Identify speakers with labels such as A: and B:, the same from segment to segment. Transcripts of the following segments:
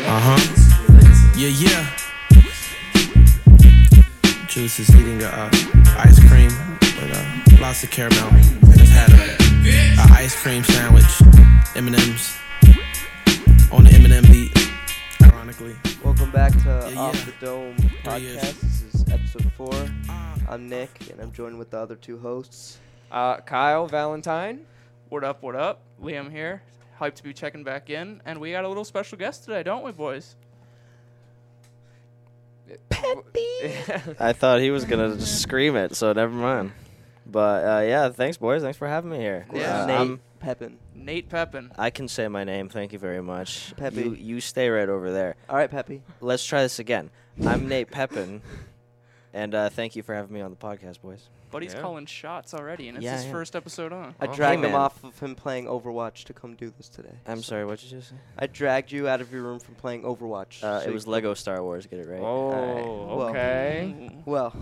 A: Uh-huh. Yeah, yeah. Juice is eating a uh, ice cream with uh, lots of caramel. I just had a, a ice cream sandwich, M&M's on the M&M beat. Ironically.
B: Welcome back to
A: Yeah,
B: Off
A: yeah.
B: the Dome
A: Three years.
B: podcast. This is episode four.
A: Uh,
B: I'm Nick, and I'm joined with the other two hosts.
C: Uh, Kyle Valentine.
D: What up, what up? Liam here. Hyped to be checking back in. And we got a little special guest today, don't we, boys?
B: I thought he was gonna just scream it, so never mind. But uh, yeah, thanks, boys. Thanks for having me here.
D: Yeah.
B: Uh,
D: Nate
B: I'm- Pepin.
D: Nate Pepin.
E: I can say my name. Thank you very much.
B: Peppy.
E: You, you stay right over there.
B: All right, Peppy.
E: Let's try this again. I'm Nate Peppin, and uh, thank you for having me on the podcast, boys.
D: Buddy's
C: Yeah.
D: calling shots already, and it's
E: Yeah,
D: his
E: yeah.
D: first episode on.
B: I
C: Oh, hey,
B: dragged him
E: man.
B: off of him playing Overwatch to come do this today.
E: I'm
B: So-
E: sorry, what did you say?
B: I dragged you out of your room from playing Overwatch.
E: Uh,
B: so
E: it
B: you-
E: was Lego Star Wars. Get it right.
C: Oh,
B: Well-
C: okay.
D: Mm.
B: Well,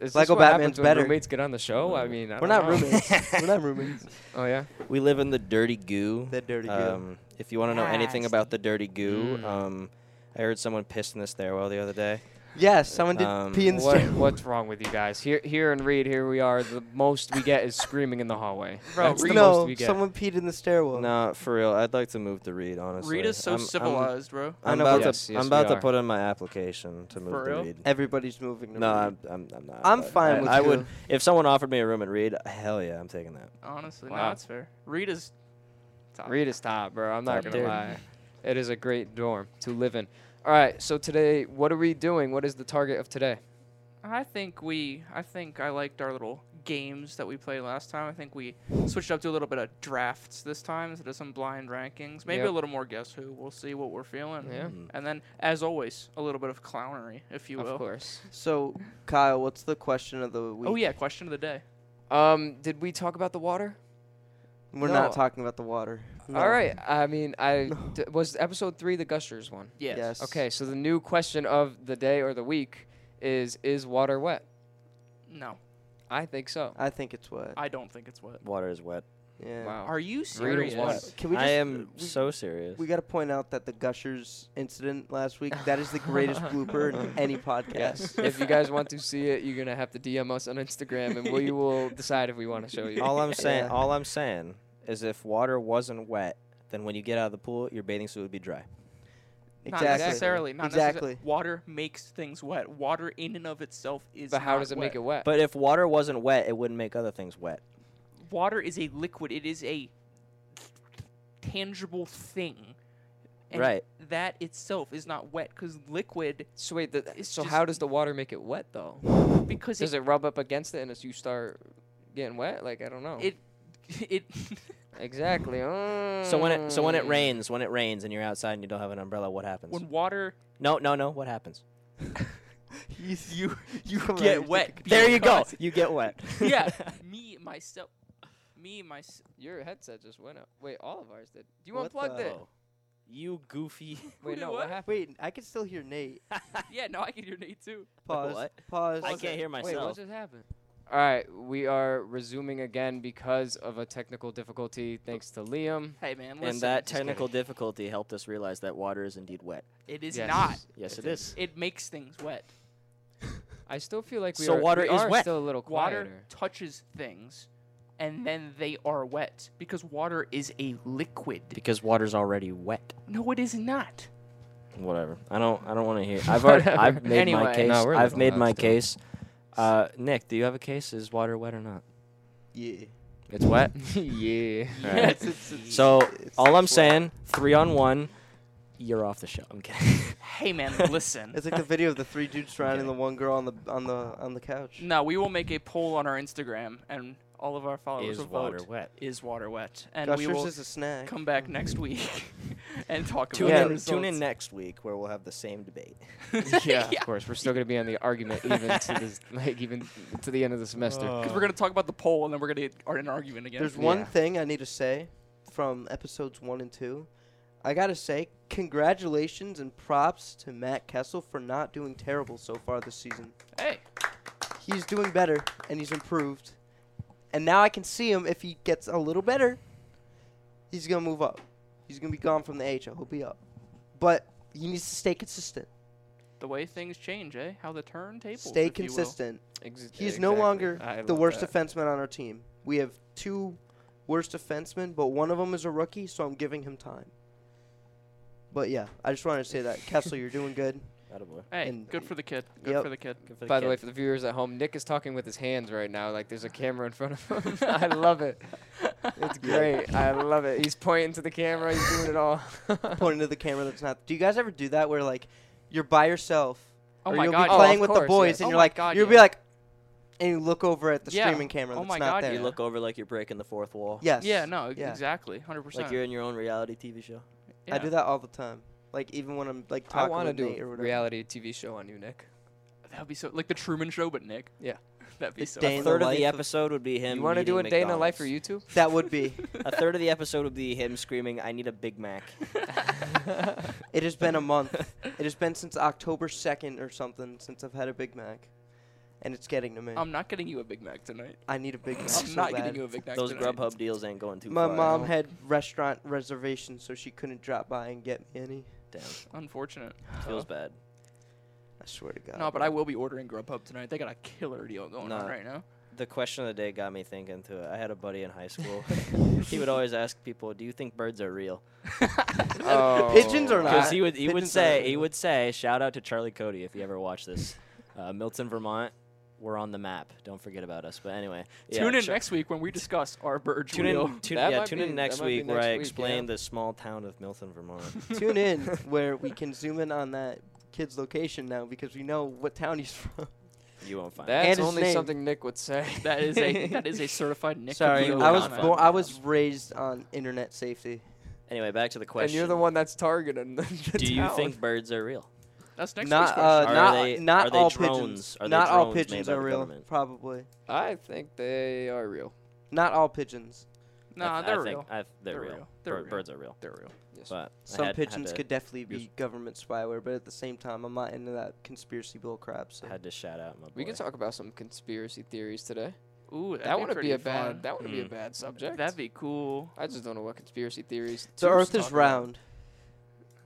C: Is this
B: Lego
C: what
B: Batman's
C: happens when
B: better.
C: roommates get on the show? I mean, I
B: we're
C: don't
B: not
C: know.
B: roommates. we're not roommates.
C: Oh yeah.
E: We live in the dirty goo.
B: The dirty goo.
E: Um, if you want to know anything about the dirty goo,
C: Mm.
E: um, I heard someone pissed in the stairwell the other day.
B: Yes, someone did
E: um,
B: pee in the
C: What,
B: stairwell.
C: what's wrong with you guys? Here, here in Reed, here we are. The most we get is screaming in the hallway.
D: Bro,
C: That's the
D: Reed-
B: no,
C: most we get.
B: someone peed in the stairwell.
E: Nah, for real. I'd like to move to Reed, honestly.
D: Reed is so
E: I'm- I'm-
D: civilized, bro.
E: I'm,
B: I know,
E: about
B: but-
C: Yes,
E: to.
C: yes,
E: I'm
C: we
E: about to
C: are.
E: put in my application to move
D: For
E: to
D: real?
E: Reed.
B: Everybody's moving. to
E: No,
B: Reed.
E: I'm, I'm, I'm not.
B: I'm
E: but
B: fine
E: I,
B: with
E: I
B: you.
E: would if someone offered me a room at Reed. Hell yeah, I'm taking that.
D: Honestly, no,
C: Wow.
D: that's fair. Reed is. Top.
C: Reed is top, bro. I'm not
E: Top
C: gonna
E: tier.
C: lie. It is a great dorm to live in. All right. So today, what are we doing? What is the target of today?
D: I think we. I think I liked our little games that we played last time. I think we switched up to a little bit of drafts this time instead of some blind rankings. Maybe
C: Yep.
D: a little more guess who. We'll see what we're feeling.
C: Yeah.
E: Mm.
D: And then, as always, a little bit of clownery, if you will.
C: Of course.
B: So, Kyle, what's the question of the week?
D: Oh yeah, question of the day.
C: Um, did we talk about the water?
B: We're
C: No.
B: not talking about the water.
C: All right. I mean, I
B: No.
C: d- was episode three the Gushers one.
D: Yes.
B: Yes.
C: Okay. So the new question of the day or the week is: Is water wet?
D: No,
C: I think so.
B: I think it's wet.
D: I don't think it's wet.
E: Water is wet.
B: yeah.
C: Wow.
D: Are you
C: Read
D: serious?
C: it once.
B: Can we just, uh,
E: I am
B: we-
E: so serious.
B: We got to point out that the Gushers incident last week, that is the greatest blooper in any podcast.
C: Yes. if you guys want to see it, you're gonna have to DM us on Instagram, and we will decide if we want to show you.
E: all I'm saying,
B: Yeah.
E: all I'm saying, is if water wasn't wet, then when you get out of the pool, your bathing suit would be dry.
B: Exactly.
D: Not necessarily. Not
B: Exactly.
D: Necessarily. Water makes things wet. Water in and of itself is.
C: But how
D: not
C: does it
D: wet.
C: make it wet?
E: But if water wasn't wet, it wouldn't make other things wet.
D: Water is a liquid. It is a tangible thing. And
E: Right.
D: That itself is not wet because liquid
C: so wait, the,
D: It's
C: so
D: just-
C: how does the water make it wet though?
D: because
C: Does
D: it
C: it rub up against it and as you start getting wet? Like I don't know.
D: it it
C: exactly.
E: So when it so when it
C: Mm.
E: rains, when it rains and you're outside and you don't have an umbrella, what happens?
D: when water
E: no, no, no. What happens?
B: You, you, you come out,
D: get
B: you
D: wet.
E: there you go.
D: because-
E: You get wet.
D: yeah. Me myself. Me myself.
C: your headset just went up. Wait, all of ours did. You
E: What
C: unplugged
E: the-
C: it.
E: Oh. You goofy.
C: Wait,
D: did
C: no, what,
D: what?
C: happened?
B: Wait, I can still hear Nate.
D: Yeah. No, I can hear Nate too.
B: Pause.
E: What?
B: Pause.
E: I can't hear
C: Wait, what
E: myself.
C: just happened? All right, we are resuming again because of a technical difficulty, thanks to Liam.
D: Hey man, listen.
E: And that
C: just kidding.
E: technical difficulty helped us realize that water is indeed wet.
D: it is
C: Yes.
D: not.
E: Yes,
C: It
E: it is.
D: It makes things wet.
C: I still feel like we
E: So
C: are,
E: water
C: we
E: is
C: are
E: wet.
C: still a little
D: water
C: quieter.
D: touches things and then they are wet because water is a liquid
E: Because water's already wet.
D: no it is not
E: Whatever. I don't. I don't want to hear. I've already. I've
C: Whatever.
E: made
C: Anyway.
E: my case.
C: No, we're
E: I've
C: living
E: made
C: lives
E: my
C: still.
E: case. Uh, Nick, do you have a case? Is water wet or not?
B: Yeah.
E: It's wet.
C: yeah.
E: Alright.
B: it's, it's,
E: So
B: it's
E: all I'm
B: wet.
E: saying, three on one, you're off the show. I'm kidding.
D: hey man listen
B: It's like the video of the three dudes surrounding
E: Okay.
B: the one girl on the on the on the couch.
D: no we will make a poll on our instagram and all of our followers will vote
E: wet?
D: is water wet and
B: Gushers
D: we will
B: is a snack.
D: come back next week and talk
E: Tune
D: about
B: Yeah.
E: in.
D: the
E: Tune in
D: results.
E: next week where we'll have the same debate.
C: yeah, of course. We're still gonna be on the argument even to this, like even to the end of the semester.
B: Uh,
D: 'Cause we're gonna talk about the poll and then we're gonna get ar- in an argument again
B: There's one
C: Yeah.
B: thing I need to say from episodes one and two. I gotta say, congratulations and props to Matt Kessel for not doing terrible so far this season.
D: hey
B: He's doing better and he's improved. And now I can see him if he gets a little better, he's gonna move up. He's gonna be gone from the AHL. He'll be up, but he needs to stay consistent.
D: The way things change, eh? How the turntables.
B: stay
D: if you will.
B: consistent.
C: Ex-
B: He's no
C: exactly.
B: longer
C: I
B: the
C: love
B: worst
C: that.
B: defenseman on our team. We have two worst defensemen, but one of them is a rookie, so I'm giving him time. But yeah, I just wanted to say that Kessel, you're doing good.
E: Attaboy.
D: Hey,
B: and-
D: good for the kid. Good
B: Yep.
D: for the kid.
E: Good for
C: By the
E: kid.
C: way, for the viewers at home, Nick is talking with his hands right now. Like there's a camera in front of him. I love it. It's great. I love it. He's pointing to the camera. He's doing it all.
B: Pointing to the camera that's not. Do you guys ever do that where like you're by yourself,
D: Oh
B: or
D: my
B: you'll
D: God,
B: be
D: yes.
B: playing
C: Oh,
B: with
C: of
B: the
C: course,
B: boys,
C: yes.
B: and
D: Oh
B: you're
D: my
B: like
D: God,
B: you'll be
D: yeah.
B: like, and you look over at the
D: Yeah.
B: streaming camera
D: Oh
B: that's
D: my
B: not
D: God,
B: there.
D: yeah.
E: you look over like you're breaking the fourth wall.
B: Yes.
D: Yeah, no, ex-
B: Yeah.
D: exactly. 100%.
E: Like you're in your own reality TV show.
B: I do that all the time. Like even when I'm like
C: I
B: talking
C: want to
B: with
C: do
B: Nate
C: a
B: or whatever.
C: reality TV show on you, Nick.
D: That would be so. Like the Truman Show, but Nick.
C: Yeah.
D: That'd be
B: It's
D: so.
B: Day
E: a
B: in
D: fun.
B: the
E: third of the
B: life of-
E: episode would be him.
C: you want to do a
E: eating
C: day in the life for
E: McDonald's.
C: you two?
B: That would be.
E: A third of the episode would be him screaming, "I need a Big Mac."
B: It has been a month. it has been since October 2nd or something since I've had a Big Mac. And it's getting to me.
D: I'm not getting you a Big Mac tonight.
B: I need a Big Mac.
D: Um, I'm
B: so
D: not
B: bad.
D: getting you a Big Mac
E: Those
D: tonight.
E: Grubhub deals ain't going too
B: My
E: far.
B: mom had restaurant reservations, so she couldn't drop by and get me any.
E: Damn,
D: Unfortunate.
E: feels bad.
B: I swear to God.
D: No, but I will be ordering Grubhub tonight. They got a killer deal going
E: Nah.
D: on right now.
E: The question of the day got me thinking too. I had a buddy in high school. he would always ask people, "Do you think birds are real?"
C: Oh.
B: Pigeons or
E: Because
B: not?
E: he would he would
B: Pigeons are
E: say he
B: real.
E: would say shout out to Charlie Cody if you ever watch this, uh, Milton Vermont, we're on the map. Don't forget about us. But anyway, yeah,
D: tune in
E: Char-
D: next week when we discuss our bird
E: Tune
D: real.
E: in, tune,
C: That
E: yeah,
C: might
E: tune
C: be-
E: in next
C: that might be
E: week where
C: next
E: I
C: week,
E: explain
C: yeah.
E: the small town of Milton, Vermont.
B: Tune in where we can zoom in on that kid's location now because we know what town he's from.
E: you won't find
C: That's
B: And his
C: only
B: name.
C: something Nick would say.
D: That is a that is a certified Nick.
B: Sorry,
D: Capito
B: I was
D: comment.
B: born, I was raised on internet safety.
E: it. Anyway, back to the question.
C: and you're the one that's targeting. The
E: Do you
C: town.
E: think birds are real?
D: That's next week's
B: not
D: question.
B: uh,
E: Are
B: not
E: they-
B: not
E: are they
B: all
E: drones?
B: pigeons.
E: Are they
B: not all
E: drones made
B: pigeons
E: by
B: are
E: the
B: real,
E: government?
B: probably.
C: I think they are real.
B: Not all pigeons.
D: nah,
E: I th-
D: they're
E: I think-
D: real.
E: I th- they're,
D: They're
E: real.
D: real. They're
E: Bir-
D: real.
E: Birds are real.
D: They're real.
C: Yes.
E: But I
B: Some
E: had- had
B: pigeons
E: to-
B: could definitely be
E: use-
B: government spyware, but at the same time, I'm not into that conspiracy bull crap. So.
E: had to shout out my boy.
C: We could talk about some conspiracy theories today.
D: Ooh, that'd
C: that would
D: pretty
C: be a
D: fun.
C: bad. That would be a
E: Mm.
C: bad subject.
D: That'd be cool.
C: I just don't know what conspiracy theories.
B: The
C: to
B: Earth
C: talk
B: is
C: about.
B: round.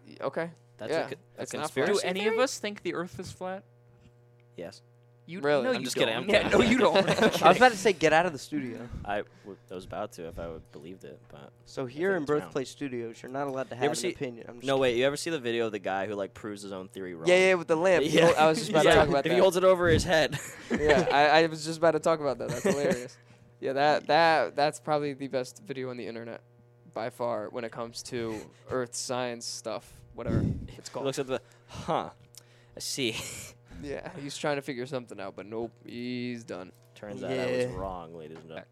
C: Y- Okay.
E: That's
C: Yeah,
E: a, co- a
C: that's not fair.
E: conspiracy.
D: Do any of
C: theory?
D: us think the Earth is flat?
E: Yes.
D: You
C: Really?
D: No,
C: I'm
D: you
E: just
D: don't.
E: kidding, I'm
D: yeah,
E: kidding.
D: no, you don't.
B: I was about to say, get out of the studio.
E: I w- I was about to if I would believed it, but
B: So here in
E: it's round.
B: Birthplace Studios, you're not allowed to
E: ever
B: have an
E: see-
B: opinion. I'm just
E: no. Wait, you ever see the video of the guy who like proves his own theory wrong?
C: Yeah, yeah, with the lamp. You know, I was just about to
E: Yeah,
C: talk about
E: if
C: that.
E: he holds it over his head.
C: yeah, I, I was just about to talk about that. That's hilarious. Yeah, that that that's probably the best video on the internet by far when it comes to Earth science stuff, whatever it's
E: He
C: called.
E: looks at the, huh? I see.
C: yeah, he's trying to figure something out, but nope, he's done.
E: Turns out I was
B: Yeah.
E: wrong, ladies and gentlemen.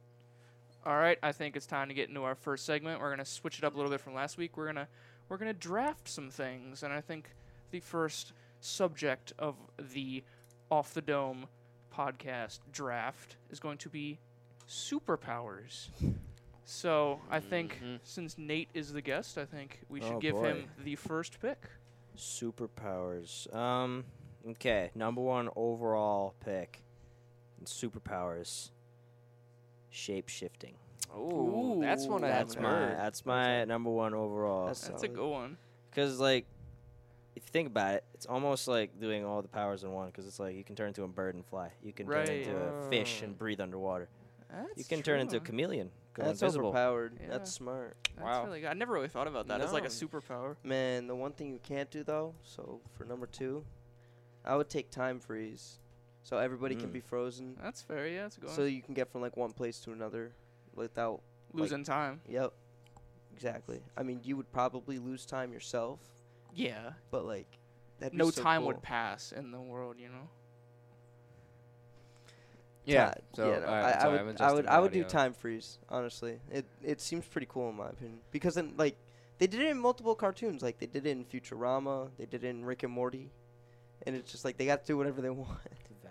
D: All right, I think it's time to get into our first segment. We're gonna switch it up a little bit from last week. We're gonna we're gonna draft some things, and I think the first subject of the off the dome podcast draft is going to be superpowers. So I think
C: Mhm.
D: since Nate is the guest, I think we should
E: Oh,
D: give him
E: boy.
D: the first pick.
E: Superpowers. Um. Okay. Number one overall pick. in superpowers. Shape shifting.
C: Oh, that's one I
E: That's
C: haven't
E: my.
C: heard.
E: That's my number one overall.
B: That's
D: That's a
B: solid.
D: good one.
E: Because like, if you think about it, it's almost like doing all the powers in one. Because it's like you can turn into a bird and fly. You can
D: Right.
E: turn into a fish
C: Oh.
E: and breathe underwater.
D: That's
E: you can turn into a
D: true.
E: chameleon. Go
B: That's
E: invisible.
B: overpowered.
D: Yeah.
B: That's smart.
D: That's
C: Wow.
D: really good. I never really thought about that as like a
C: No.
D: superpower.
B: Man, the one thing you can't do though, so for number two, I would take time freeze, so everybody can
E: Mm.
B: be frozen,
D: That's fair. Yeah, that's a good.
B: so
D: one.
B: you can get from like one place to another without like-
D: Losing time.
B: Yep. Exactly. I mean, you would probably lose time yourself,
D: Yeah.
B: but like that'd be
D: no
B: so
D: time
B: cool.
D: would pass in the world, you know.
C: Yeah.
B: Ti-
C: So
B: yeah, no,
C: alright,
B: I,
C: I'm
B: I
C: sorry, I'm
B: would, I
C: adjusting
B: would,
C: the
B: I would do
C: audio.
B: time freeze. Honestly, it it seems pretty cool in my opinion because then like they did it in multiple cartoons. Like they did it in Futurama, they did it in Rick and Morty, and it's just like they got to do whatever they want.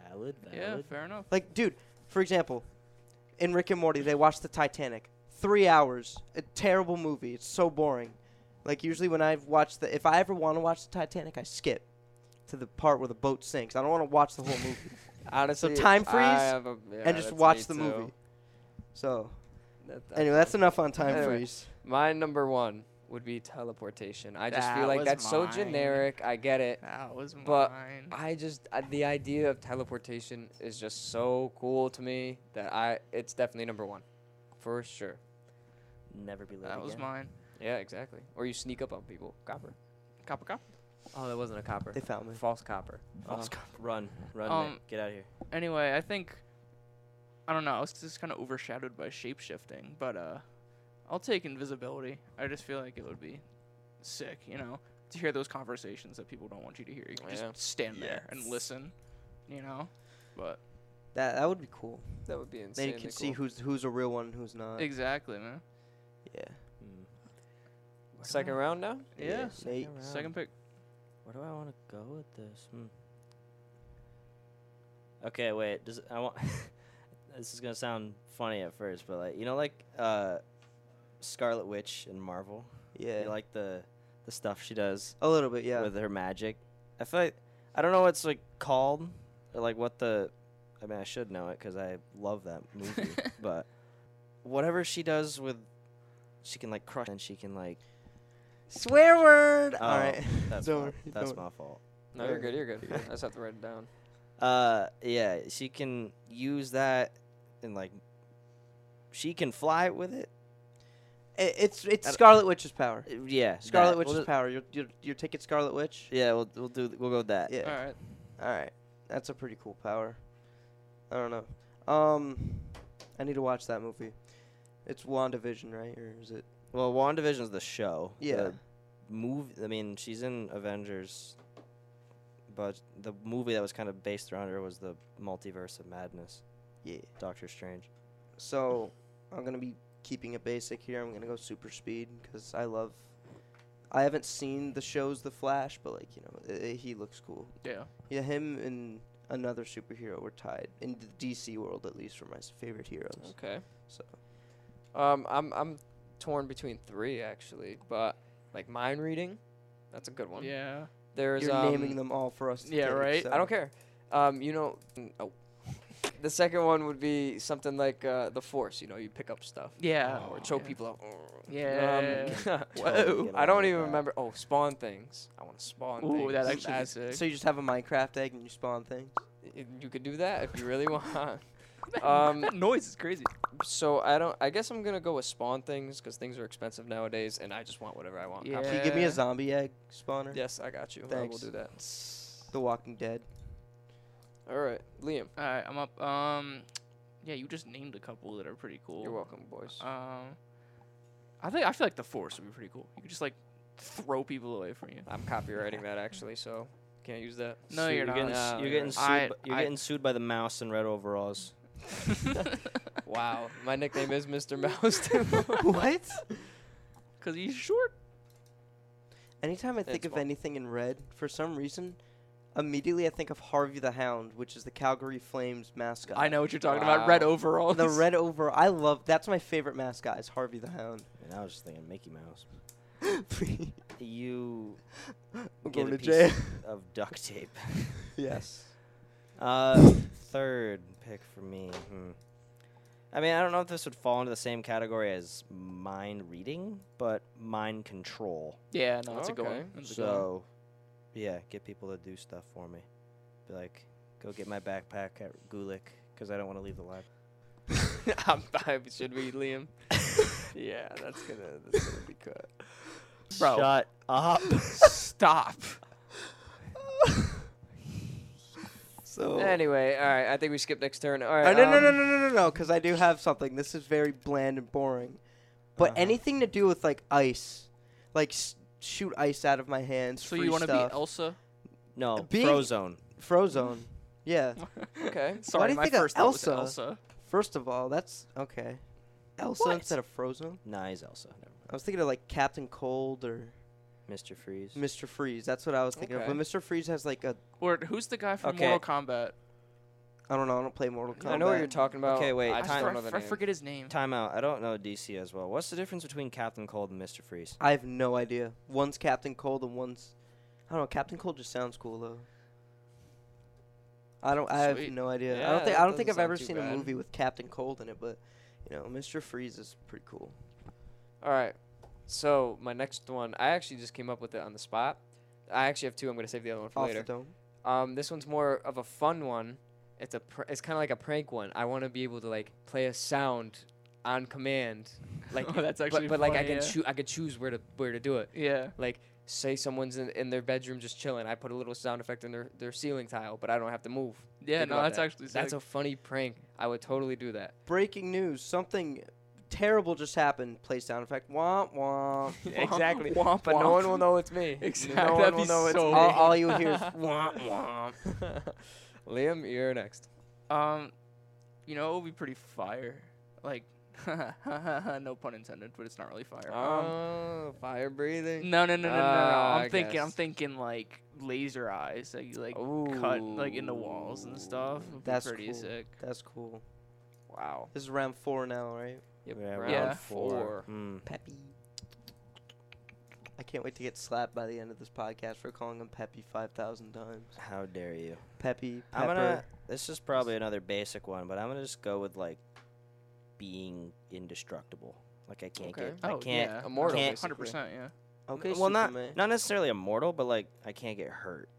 E: Valid.
D: Yeah,
E: Valid.
D: fair enough.
B: Like, dude, for example, in Rick and Morty, they watched the Titanic. Three hours. A terrible movie. It's so boring. Like, usually when I've watched the, if I ever want to watch the Titanic, I skip to the part where the boat sinks. I don't want to watch the whole movie
C: Honestly,
B: time
C: I
B: freeze
C: have a- yeah,
B: and just
C: that's me
B: watch the
C: too.
B: movie. So,
C: That-
B: anyway, that's enough on time
C: Anyway.
B: freeze.
C: my number one. would be teleportation. I just feel
D: That
C: like
D: was
C: that's so
D: mine.
C: generic. I get it.
D: That was mine.
C: But I just uh, the idea of teleportation is just so cool to me that I it's definitely number one, for sure.
E: Never be late
D: that was
E: again.
D: mine.
C: Yeah, exactly. Or you sneak up on people. Copper.
D: Copper cop.
C: Oh, that wasn't a copper.
B: They found me.
C: False copper.
E: Uh, run, run,
D: Um,
E: Nick. get out of here.
D: Anyway, I think I don't know. I was just kind of overshadowed by shape shifting, but uh, I'll take invisibility. I just feel like it would be sick, you know, to hear those conversations that people don't want you to hear. You can
C: Yeah.
D: just stand there and
E: Yes.
D: listen, you know. But
B: That that would be cool.
C: That would be
B: Then
C: insane.
B: you can see who's who's a real one and who's
D: Uh,
B: not.
D: exactly, man.
B: yeah.
E: Mm.
C: Second round now.
D: Yeah.
B: Nate.
E: round.
D: Second Hmm. pick.
E: Where do I want to go with this? Hmm. Okay, wait. Does I want? this is gonna sound funny at first, but like you know, like uh, Scarlet Witch in Marvel.
B: Yeah.
E: You like the the stuff she does
B: a little bit. Yeah.
E: with her magic. I feel like I don't know what's like called or like what the. I mean, I should know it because I love that movie. but whatever she does with, she can like crush and she can like.
B: Swear word.
E: Oh,
B: All right.
E: That's
B: Don't
E: my,
B: worry,
E: that's
B: don't
E: my fault.
C: No, you're good. You're good. I just have to write it down.
E: Uh, yeah, she can use that and like she can fly with it.
B: It, it's it's
E: I don't-
B: Scarlet Witch's power.
E: Uh, Yeah,
B: Scarlet
E: that.
B: Witch's
E: We'll ju-
B: power. You're, you're you're taking Scarlet Witch.
E: Yeah, we'll we'll do we'll go with that.
B: Yeah.
D: All right.
B: All right. That's a pretty cool power. I don't know. Um, I need to watch that movie. It's WandaVision, right? Or is it?
E: Well, WandaVision's the show.
B: Yeah.
E: The move. I mean, she's in Avengers, but the movie that was kind of based around her was the Multiverse of Madness.
B: Yeah.
E: Doctor Strange.
B: So I'm gonna be keeping it basic here. I'm gonna go super speed because I love. I haven't seen the shows The Flash, but like you know, i i he looks cool.
D: Yeah.
B: Yeah, him and another superhero were tied in the DC world, at least for my s- favorite heroes.
C: Okay.
B: So
C: Um, I'm I'm torn between three actually, but like mind reading, that's a good one.
D: Yeah.
C: There's
B: you're
C: um,
B: naming them all for us. To
D: yeah,
B: take,
D: right?
B: so-
C: I don't care. Um, you know, mm, oh. the second one would be something like uh, the force. You know, you pick up stuff.
D: Yeah.
C: or choke
D: Oh, yeah.
C: people out.
D: Yeah.
C: Um,
E: Totally get
C: I
E: along
C: don't
E: with
C: even
E: that.
C: remember. Oh, spawn things. I want to spawn
D: Ooh,
C: things.
D: that actually
C: That's-
D: is sick.
B: So you just have a Minecraft egg and you spawn things.
C: y- You could do that if you really want.
D: Um,
C: Um,
D: that noise is crazy.
C: So I don't. I guess I'm gonna go with spawn things because things are expensive nowadays, and I just want whatever I want.
B: Can you give me
D: Yeah.
B: a zombie egg spawner?
C: Yes, I got you. I will
B: Thanks.
C: do that.
B: The Walking Dead.
C: All right, Liam.
D: All right, I'm up. Um, yeah, you just named a couple that are pretty cool.
C: You're welcome, boys.
D: Um, I think I feel like the force would be pretty cool. You could just like throw people away from you.
C: I'm copywriting that actually, so can't use that.
D: No, Oh, you're not. Oh,
E: Getting, s-
C: No,
E: you're
C: you're
E: getting
C: not.
E: sued.
D: I-
E: b- you're
D: I-
E: getting sued by the mouse in red overalls.
C: Wow, my nickname is Mr. Mouse too.
B: what?
D: Cause he's short.
B: Anytime I think
C: It's
B: of
C: fun.
B: anything in red, for some reason, immediately I think of Harvey the Hound, which is the Calgary Flames mascot.
D: I know what you're talking about. Red
C: Wow.
D: overalls.
B: The red over. I love. That's my favorite mascot. Is Harvey the Hound.
E: And I was just thinking Mickey Mouse.
B: I'm
E: You get
B: going to
E: a piece
B: jail.
E: of duct tape.
B: yes.
E: Uh, third pick for me. Hmm. I mean, I don't know if this would fall into the same category as mind reading, but mind control.
D: Yeah, no, that's a good
C: Okay.
D: one. That's a good one.
E: So, yeah, get people to do stuff for me. Be like, go get my backpack at Gulick because I don't want to leave the lab.
C: I'm, I, should we, Liam? yeah, that's gonna that's gonna be cut.
D: Bro.
E: Shut up.
D: stop.
B: So.
C: Anyway, all right. I think we skip next turn. All
B: Uh,
C: right.
B: no, no, no,
C: um,
B: no, no, no, no, because I do have something. This is very bland and boring. But
E: Uh-huh.
B: anything to do with like ice, like s- shoot ice out of my hands.
D: So you
B: want to
D: be Elsa?
E: No,
B: Being-
E: Frozone.
B: Frozone? Yeah.
C: Okay.
D: Sorry,
B: you
D: my
B: think of
D: first thought was
B: Elsa?
D: Elsa.
B: First of all, that's okay. Elsa
D: What?
B: instead of Frozone.
E: Nah, he's Elsa. Never
B: I was thinking of like Captain Cold or
E: mind. Mr. Freeze.
B: Mr. Freeze. That's what I was thinking
C: Okay.
B: of. But Mr. Freeze has like a
D: Or who's the guy from
E: Okay.
D: Mortal Kombat?
B: I don't know. I don't play Mortal Kombat.
C: I know what you're talking about.
E: Okay, wait,
C: I
D: I,
C: just
E: time-
C: don't
D: for-
C: know the
D: I
C: name.
D: forget his name.
E: Time out. I don't know DC as well. What's the difference between Captain Cold and Mr. Freeze?
B: I have no idea. One's Captain Cold and one's I don't know. Captain Cold just sounds cool though. I don't. I
D: Sweet.
B: have no idea. I
C: Yeah,
B: don't think.
C: that
B: I don't think
C: doesn't
B: I've ever
C: sound too
B: seen
C: bad.
B: a movie with Captain Cold in it, but you know, Mr. Freeze is pretty cool.
C: All right. So my next one, I actually just came up with it on the spot. I actually have two. I'm gonna save the other one for
B: Off
C: later.
B: the dome.
C: Um, this one's more of a fun one. It's a pr- it's kind of like a prank one. I want to be able to like play a sound on command, like
D: Oh, that's
C: but-
D: actually
C: But, like I
D: funny,
C: can
D: yeah.
C: choo- I could choose where to where to do it.
D: Yeah.
C: Like say someone's in, in their bedroom just chilling. I put a little sound effect in their, their ceiling tile, but I don't have to move.
D: Yeah,
C: Think
D: no,
C: about
D: that's
C: that.
D: actually
C: that's
D: sick.
C: a funny prank. I would totally do that.
B: Breaking news: Something terrible just happened. Play sound effect. Womp womp.
C: exactly.
D: Womp,
C: But no
D: womp.
C: one will know it's me.
D: Exactly.
C: No one
D: That'd
C: will
D: be
C: know it's
D: so
C: me.
B: all, all you hear is womp womp.
C: Liam, you're next.
D: Um, you know, it would be pretty fire. Like, no pun intended, but it's not really fire. Um,
C: Oh, fire breathing.
D: no, no, no, no, no, no.
C: Ah, I
D: I'm thinking, I'm
C: guess.
D: thinking like laser eyes, that you like cut like in the walls and stuff.
C: Ooh.
D: Would be
B: That's
D: pretty
B: cool.
D: sick.
B: That's cool.
C: Wow.
B: This is round four now, right?
C: Yep,
E: Yeah,
C: round
D: Yeah.
C: four.
E: Mm.
B: Peppy. I can't wait to get slapped by the end of this podcast for calling him Peppy five thousand times.
E: How dare you?
B: Peppy. Pepper.
E: I'm gonna. This is probably another basic one, but I'm gonna just go with like being indestructible. Like I can't
C: Okay.
E: get. I can't.
D: Oh, yeah.
C: Immortal,
E: Can't-
D: Hundred percent, yeah.
B: Okay.
E: well, not
B: Superman.
E: not necessarily immortal, but like I can't get hurt.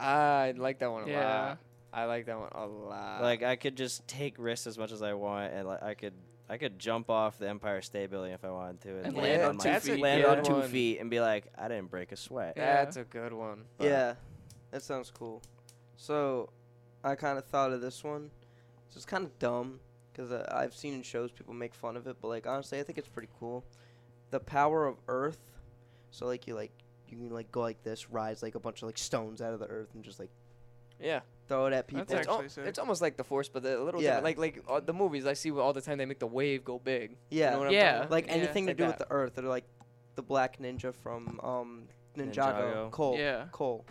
C: I like that one a
D: Yeah.
C: lot. I like that one a lot.
E: like
B: uh,
E: I could just take risks as much as I want, and like I could I could jump off the Empire State Building if I wanted to,
D: And
C: land on
E: my-
C: two That's a feet,
E: land
C: good
E: on two
C: one.
E: feet, and be like, I didn't break a sweat.
D: Yeah.
C: that's a good one.
E: But-
B: Yeah, that sounds cool. So, I kind of thought of this one. So it's kind of dumb because uh, I've seen in shows people make fun of it, but like honestly, I think it's pretty cool. The power of Earth. So like you like you can like go like this, rise like a bunch of like stones out of the earth, and just like
C: Yeah.
B: throw it at people.
D: That's
C: It's, al-
D: actually sick.
C: it's almost like the force, but a little
B: Yeah.
C: different. Like like uh, the movies I see all the time. They make the wave go big.
B: yeah,
C: You know what
D: Yeah.
C: I'm talking about?
B: like
D: Yeah.
B: anything
C: Like
B: to do
C: that.
B: with the earth, or like the Black Ninja from um Ninjago,
E: Ninjago.
B: Cole,
D: Yeah.
B: Cole,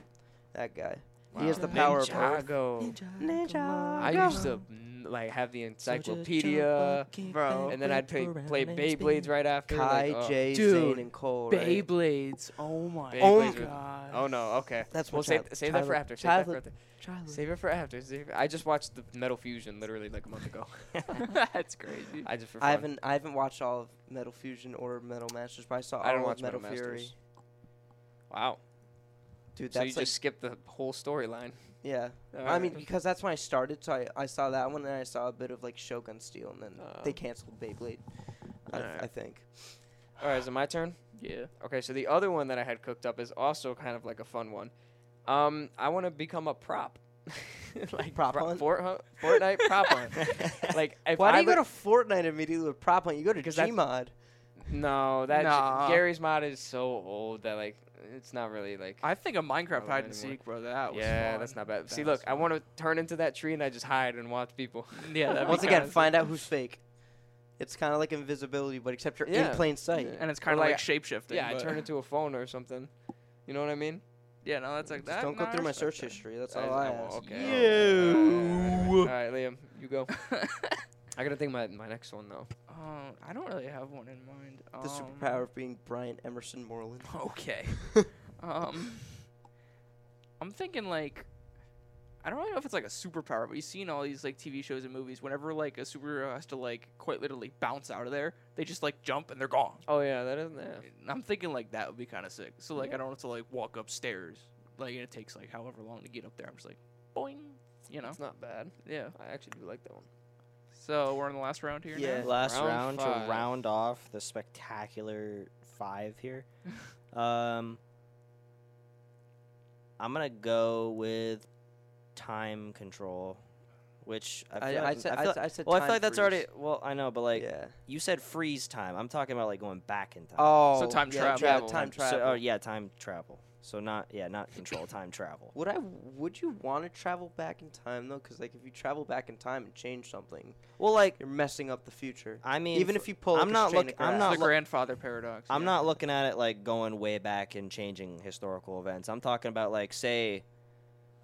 B: that guy. He has
C: Wow.
B: the power of Earth.
C: Ninjago. I used to mm, like have the encyclopedia,
D: Bro.
C: and then I'd play play Beyblades right after.
B: Kai,
C: like, oh.
B: Jay,
D: Dude,
B: Zane, and Cole. right?
D: Beyblades. Oh my
C: Beyblades were-
D: god.
C: Oh no. Okay.
B: That's
C: Well,
B: what
C: save,
B: child-
C: save that
B: childhood-
C: for after. Save that for
B: childhood-
C: after. Save it for after. Save I just watched the Metal Fusion literally like a month ago.
D: that's crazy.
C: I just for fun.
B: I haven't I haven't watched all of Metal Fusion or Metal Masters, but I saw
C: I don't
B: all
C: watch
B: of Metal,
C: Metal
B: Fury.
C: Masters. Wow.
B: Dude,
C: So
B: that's
C: you
B: like
C: just skipped the whole storyline.
B: yeah. I
C: Alright.
B: mean, because that's when I started, so I, I saw that one, and I saw a bit of like Shogun Steel, and then they
C: Um,
B: canceled Beyblade. I,
C: alright.
B: I think.
C: All right. Is it my turn?
D: yeah.
C: Okay. So the other one that I had cooked up is also kind of like a fun one. Um, I want to become a prop. like
B: Prop
C: pro-
B: hunt?
C: Fort hunt- Fortnite prop hunt. Like if
B: Why do
C: I
B: you
C: li-
B: go to Fortnite immediately with prop hunt? You go to
C: 'Cause that's-
B: Gmod.
C: No, that j-
D: Nah.
C: Gary's mod is so old that like it's not really like.
D: I think a Minecraft
C: Relevant
D: hide and
C: anymore.
D: seek, bro. That was
C: yeah,
D: fun.
C: that's not bad. See,
D: That
C: look,
D: was
C: I want to turn into that tree and I just hide and watch people.
D: Yeah, that'd be
B: Once again,
D: kinda
B: find out who's fake. It's kind of like invisibility, but except you're
C: Yeah.
B: in plain sight.
D: and it's kind of
C: like,
D: like, shapeshifting.
C: yeah, I
D: but-
C: turn into a phone or something. You know what I mean?
D: Yeah, no, that's like
B: Just
D: that.
B: don't go
D: no, I
B: through my
D: respect
B: search
D: that.
B: history. That's
C: I-
B: all
C: I-
B: I
C: well,
B: ask.
C: okay. Yeah. All right, Liam, you go. I gotta think my my next one though.
D: um, I don't really have one in mind. Um,
B: The superpower of being Brian Emerson Moreland.
D: Okay. um, I'm thinking like, I don't really know if it's like a superpower, but you've seen all these like TV shows and movies. Whenever like a superhero has to like quite literally bounce out of there, they just like jump and they're gone.
C: Oh yeah, that isn't that.
D: And I'm thinking like that would be kind of sick. So like I don't have to like walk upstairs. Like and it takes like however long to get up there. I'm just like, boing. You know.
C: It's not bad.
D: Yeah.
C: I actually do like that one.
D: So we're in the last round here.
B: Yeah.
E: Last
C: Round
E: round,
C: five.
E: to round off the spectacular five here. um, I'm gonna go with time control, which I feel
B: I,
E: like,
B: I said, I,
E: feel,
B: said- I said
E: well, I
B: time
E: feel like that's
B: freeze.
E: already well, I know, but like
B: yeah.
E: you said freeze time. I'm talking about like going back in time.
B: Oh,
D: time
B: yeah,
D: travel.
B: tra-
D: Travel.
B: time
E: So-
B: travel.
E: oh yeah, time travel. So not yeah, not control time travel.
B: Would I? Would you want to travel back in time though? Because like, if you travel back in time and change something,
E: Well, like
B: you're messing up the future.
E: I mean,
B: Even
E: f-
B: if you pull, like,
E: I'm
B: a
E: not
B: strain of
E: look-
B: grass.
E: I'm not
D: The
E: look-
D: grandfather paradox.
E: I'm
D: yeah.
E: not looking at it like going way back and changing historical events. I'm talking about like say,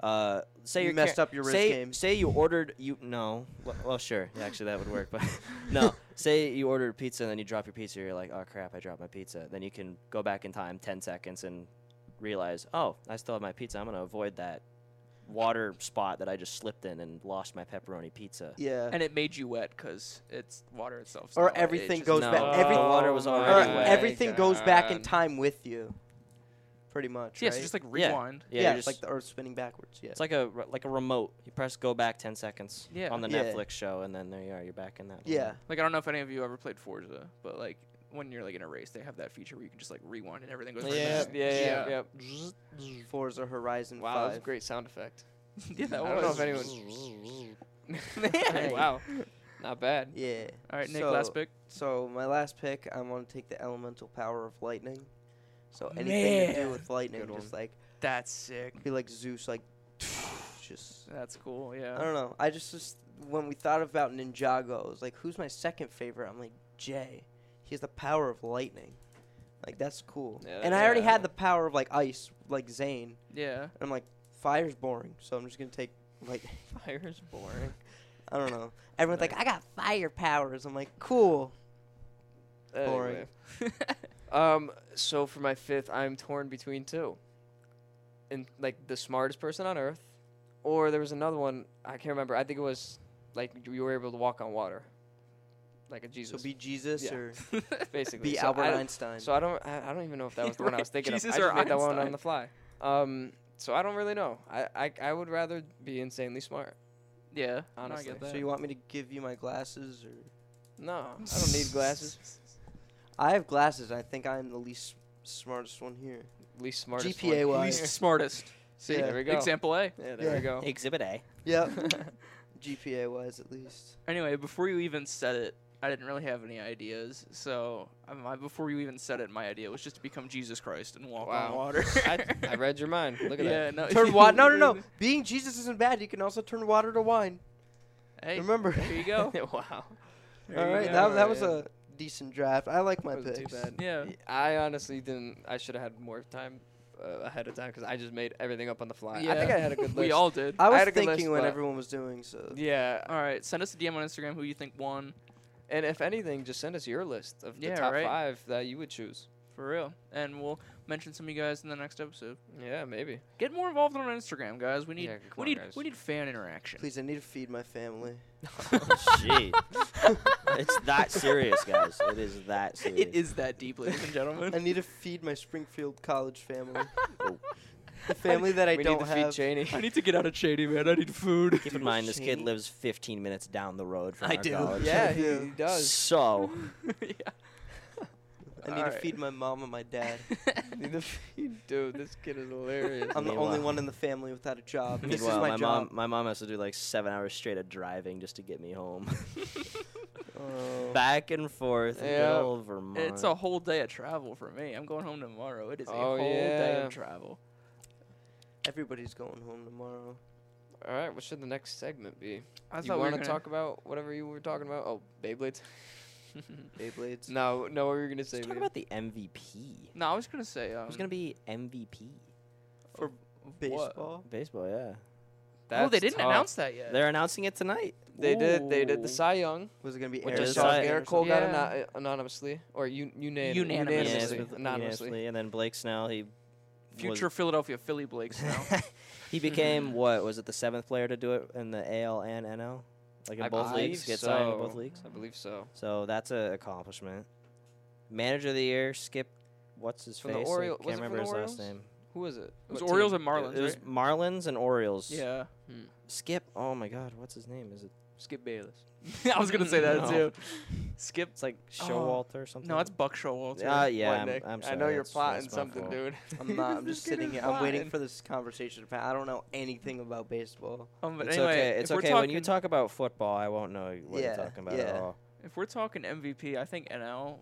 E: uh, say
B: You
E: your
B: messed
E: char-
B: up your Riz
E: say,
B: game.
E: Say you ordered you no, well, well sure, yeah, actually that would work, but no. Say you ordered pizza and then you drop your pizza. You're like, oh crap, I dropped my pizza. Then you can go back in time ten seconds and realize, oh, I still have my pizza. I'm gonna avoid that water spot that I just slipped in and lost my pepperoni pizza.
B: Yeah.
D: and it made you wet because it's water itself.
B: Or everything goes
E: no,
B: back- every-
E: Uh, the water was
C: Oh
B: or
E: already
C: my
E: wet.
B: everything goes back in
D: God.
B: time with you. Pretty much.
D: Yeah,
B: right?
D: so just like
E: Yeah.
D: rewind.
E: yeah,
B: Yeah,
E: you
B: it's like
E: just,
B: the Earth spinning backwards. Yeah.
E: it's like a re- like a remote. You press go back ten seconds
D: Yeah.
E: on the
B: Yeah.
E: Netflix show, and then there you are. You're back in that.
B: yeah.
E: moment.
D: Like I don't know if any of you ever played Forza, but like when you're like in a race, they have that feature where you can just like rewind and everything goes. right
C: Yeah,
D: back.
C: yeah, yeah, yeah.
B: Forza Horizon
C: Wow, that was a
B: 5.
C: great sound effect.
D: Yeah, that
C: I don't know
D: was.
C: if anyone.
B: Hey.
C: wow, not bad.
B: Yeah.
D: All right, Nick,
B: So-
D: last pick.
B: So my last pick, I'm gonna take the elemental power of lightning. So anything to do
D: Man.
B: with lightning,
C: Good
B: just like
D: That's sick.
B: be like Zeus, like just
D: That's cool. Yeah.
B: I don't know. I just just when we thought about Ninjago, it was like, who's my second favorite? I'm like Jay. He has the power of lightning. Like that's cool.
C: Yeah,
B: and I already
C: yeah.
B: had the power of like ice, like Zane.
D: Yeah.
B: And I'm like, fire's boring, so I'm just gonna take like
C: Fire's boring.
B: I don't know. Everyone's like, I got fire powers. I'm like, cool. Boring.
C: um, so for my fifth, I'm torn between two. And like the smartest person on earth, or there was another one I can't remember. I think it was like you were able to walk on water, like a
B: So
C: Jesus,
B: be Jesus
C: Yeah.
B: or
C: basically.
B: be
C: So
B: Albert
C: I-
B: Einstein.
C: So I don't, I, I don't even know if that was the one I was
D: Right,
C: thinking
D: Jesus
C: of. I
D: or
C: just made that one
D: Einstein.
C: on the fly. Um, so I don't really know. I, I, I would rather be insanely smart.
D: yeah.
C: Honestly.
D: No, I get that.
B: So you want me to give you my glasses or
C: No, I don't need glasses.
B: I have glasses. I think I'm the least smartest one here.
C: Least smartest.
B: GPA
C: one.
B: wise.
D: Least smartest. See,
B: Yeah.
C: There we go.
D: Example A.
C: Yeah, there
B: Yeah.
C: we go.
E: Exhibit A.
B: Yep. GPA wise at least.
D: Anyway, before you even said it, I didn't really have any ideas. So um, I, before you even said it, my idea was just to become Jesus Christ and walk on
C: Wow.
D: water.
C: I, I read your mind. Look at
D: yeah,
C: that.
D: no.
B: Turn water. No, no, no. Being Jesus isn't bad. You can also turn water to wine.
D: Hey,
B: Remember.
D: There you go.
C: wow.
D: There
B: All
D: you
B: right.
D: go.
B: That, that was
C: yeah.
B: a decent draft. I like my
C: Wasn't
B: picks.
C: too bad.
D: Yeah.
C: I honestly didn't. I should have had more time uh, ahead of time because I just made everything up on the fly. I think I had a good list.
D: We all did.
B: I
C: I
B: was
C: had a good
B: thinking
C: list,
B: when
C: but-
B: everyone was doing so.
C: Yeah.
D: All right, send us a DM on Instagram who you think won
C: And if anything, just send us your list of the
D: Yeah,
C: top
D: right.
C: five that you would choose.
D: for real, and we'll mention some of you guys in the next episode.
C: Yeah, maybe.
D: Get more involved on Instagram, guys. We need
C: Yeah, come
D: we
C: on,
D: need
C: guys.
D: we need fan interaction.
B: Please, I need to feed my family.
E: Gee, it's that serious, guys. It is that serious.
D: It is that deep, ladies and
B: I
D: gentlemen.
B: need to feed my Springfield College family.
E: Oh.
B: the family that I
C: we
B: don't
C: need to
B: have.
C: feed Cheney.
D: I need to get out of Shady, man. I need food.
E: Keep in mind, this kid
B: Shane.
E: lives 15 minutes down the road from
B: I
E: our
B: do.
E: college.
C: yeah, he,
B: Yeah.
C: he does.
E: So
B: I need to
D: Alright.
B: feed my mom and my dad.
C: Need to feed- Dude, this kid is hilarious.
B: I'm the only
E: Meanwhile-
B: one in the family without a job. This is
E: Meanwhile,
B: my,
E: my, mom,
B: job.
E: my mom has to do like seven hours straight of driving just to get me home,
B: Oh.
E: back and forth,
C: Yeah.
E: yeah. old Vermont.
D: It's a whole day of travel for me. I'm going home tomorrow. It is a whole
C: Oh,
D: day
C: yeah.
D: of travel.
B: Everybody's going home tomorrow.
C: all right, what should the next segment be?
D: I
C: you want to talk about whatever you were talking about? Oh, Beyblades.
B: Beyblades.
C: No, no, what were you gonna say?
E: Let's talk
C: Liam?
E: about the MVP.
D: No, I was gonna say. Um,
E: Who's gonna be MVP?
B: For baseball.
E: Baseball, yeah.
D: Oh, they
C: That's
D: didn't
C: tough.
D: announce that yet.
E: They're announcing it tonight.
C: They did. They did
D: Ooh.
C: the Cy Young,
B: Was it gonna be
E: Which
C: which
B: Aaron
E: is
C: is
E: Cy-
B: Judge
E: Young.
C: Garrett Cole got
D: Yeah.
C: ano- anonymously or un- unanim-
D: Unanimously.
E: Yeah,
C: unanimously,
E: with-
C: anonymously.
E: unanimously. And then Blake Snell, he
D: Future Philadelphia Philly Blakes now.
E: he became what was it the seventh player to do it in the AL and NL, like in
C: I
E: both
C: believe
E: leagues, get signed in both
C: so.
E: leagues.
C: I believe so.
E: So that's a accomplishment. Manager of the year, Skip. What's his
C: From the
E: face? I
C: Oriole- was it
E: can't
C: from
E: remember
C: the
E: his
C: Orioles?
E: last name.
C: Who was it?
D: It was
C: What
D: Orioles and
C: team?
D: Marlins,
E: it was
D: right?
E: Marlins and Orioles.
D: Yeah. Hmm.
E: Skip. Oh my God, what's his name? Is it?
C: Skip Bayless.
D: I was gonna say that
E: No.
D: too. Skip.
E: It's like
D: Oh.
E: Showalter or something.
D: No, that's Buck Showalter.
E: Uh, yeah,
C: What,
E: I'm,
C: Nick?
E: I'm
C: I
E: sorry,
C: know you're
E: that's- that's
C: plotting
E: my
C: something,
E: fault.
C: dude.
B: I'm not. I'm
D: This
B: just
D: kid
B: sitting
D: is
B: here. I'm waiting
D: lying.
B: for this conversation to pass. I don't know anything about baseball.
D: um, but
E: it's
D: anyway,
E: okay. It's
D: if
E: okay.
D: We're talking,
E: when you talk about football, I won't know what
B: Yeah,
E: you're talking about
B: yeah.
E: at all.
D: if we're talking MVP, I think NL.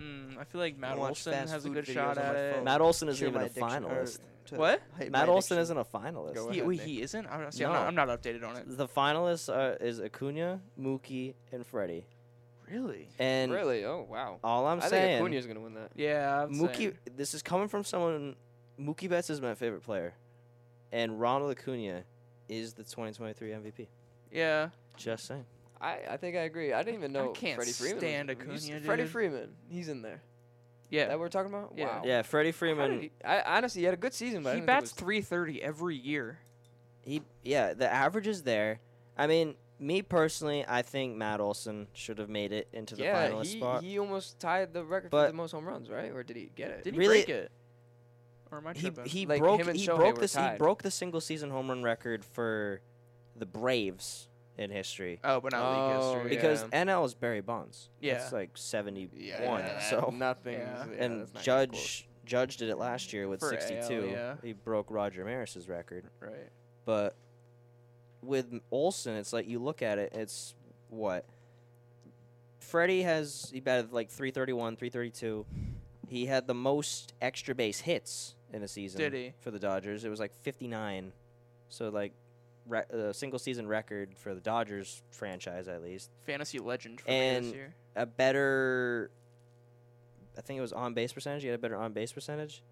D: Mm, I feel like Matt
B: watch
D: Olson
B: fast
D: has a
B: food
D: good
B: videos
D: shot
B: on my
D: at
B: phone.
D: it.
E: Matt Olson isn't
B: Cure
E: even
B: my
E: a
B: addiction- or
E: finalist.
B: to
D: What?
B: hide my
E: Matt Olson
B: addiction.
E: isn't a finalist.
C: Go
D: He,
C: ahead,
D: wait,
C: Nick.
D: he isn't. I'm not, see, I'm, not,
E: No.
D: I'm not updated on it.
E: The finalists are, is Acuna, Mookie, and Freddie.
D: Really?
E: And
C: Really? Oh wow.
E: all I'm
C: i think
E: saying,
C: Acuna's gonna win that.
D: Yeah. I'm
E: Mookie.
D: saying.
E: This is coming from someone. Mookie Betts is my favorite player, and Ronald Acuna is the 2023 MVP.
D: Yeah.
E: Just saying.
C: I, I think I agree. I didn't even
D: I
C: know
D: can't
C: Freddie Freeman. was-
D: stand
C: you s-
D: Acuna,
C: Freddie
D: dude.
C: Freeman, he's in there.
D: Yeah.
C: That we're talking about.
D: Yeah.
C: Wow.
E: Yeah, Freddie
C: How did
E: Freeman.
C: he- I honestly he had a good season, but I
D: he
C: didn't think it
D: bats
C: was-
D: 330 every year.
E: He yeah, the average is there. I mean, me personally, I think Matt Olson should have made it into the
C: yeah,
E: finalist
C: he,
E: spot.
C: he almost tied the record
E: But-
C: for the most home runs, right? Or did he get it?
D: Did he
E: Really-
D: break it? Or am I
E: he
D: tripping?
E: he
C: Like,
E: broke
C: him and
E: he
C: Shohei
E: broke
C: were
E: the s- he
C: tied.
E: broke the single season home run record for the Braves in history
D: oh, but not league
C: Oh,
D: history.
E: because
C: yeah.
E: NL is Barry Bonds.
D: Yeah.
E: It's like seventy one.
C: Yeah, yeah,
E: so
C: nothing.
D: Yeah.
E: and Judge Judge did it last year with
C: For AL,
E: 62.
C: yeah.
E: He broke Roger Maris's record.
C: right?
E: But with M- Olson, it's like you look at it, it's what Freddie has. He batted like 331, 332. He had the most extra base hits in a season
D: Did he?
E: for the Dodgers. It was like 59. So like re- uh, single season record for the Dodgers franchise at least.
D: fantasy legend for me
E: And-
D: this year.
E: A better I think it was on base percentage. He had a better on base percentage.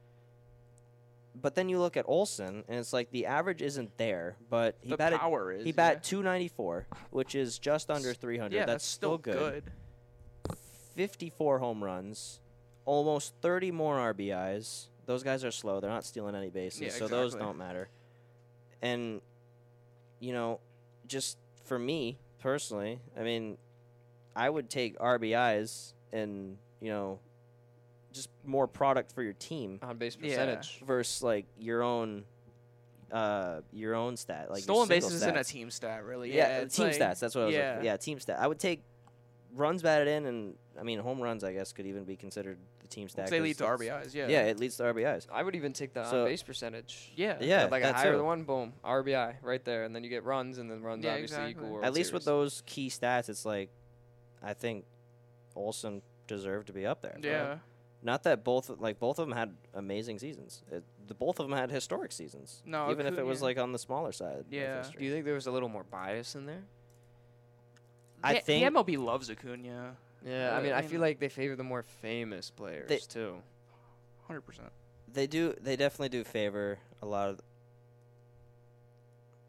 E: But then you look at Olson, and it's like the average isn't there, but he
D: the
E: batted
D: power is
E: he
D: yeah.
E: bat 294, which is just under 300.
D: Yeah,
E: that's,
D: that's still good.
E: 54 home runs, almost 30 more RBIs. Those guys are slow. They're not stealing any bases,
D: Yeah,
E: so those
D: exactly.
E: don't matter. And you know, just for me personally, I mean, I would take RBIs and, you know, just more product for your team
C: On base
D: Yeah.
C: percentage.
E: versus like your own uh your own stat, like your
D: Stolen
E: single
D: bases isn't a
E: stats.
D: team stat, really.
E: Yeah,
D: it's
E: team
D: like-
E: stats. That's what I was. Yeah.
D: yeah.
E: yeah, team stat. I would take runs batted in, and I mean home runs. I guess could even be considered the team stat.
D: 'cause They
E: 'cause
D: lead to
E: it's-
D: RBIs. Yeah.
E: Yeah. it leads to RBIs.
C: I would even take the
E: So-
C: on base percentage.
D: Yeah.
E: Yeah,
C: like a
E: that
C: higher
E: too.
C: one, boom, RBI right there, and then you get runs, and then runs
D: Yeah,
C: obviously
D: exactly.
C: equal. World
E: At least with
C: Series.
E: those key stats, it's like I think Olson deserved to be up there.
D: Yeah.
E: Not that both like both of them had amazing seasons. It, the both of them had historic seasons.
D: No, it
E: even if
D: could-
E: it was
D: yeah.
E: like on the smaller side. of
D: Yeah.
E: history.
C: Do you think there was a little more bias in there?
E: I
D: The-
E: think-
D: the MLB loves Acuna.
C: Yeah,
D: Uh,
C: I mean, I
D: you
C: feel
D: know.
C: like they favor the more famous players too.
D: Hundred percent.
E: They do. They definitely do favor a lot of.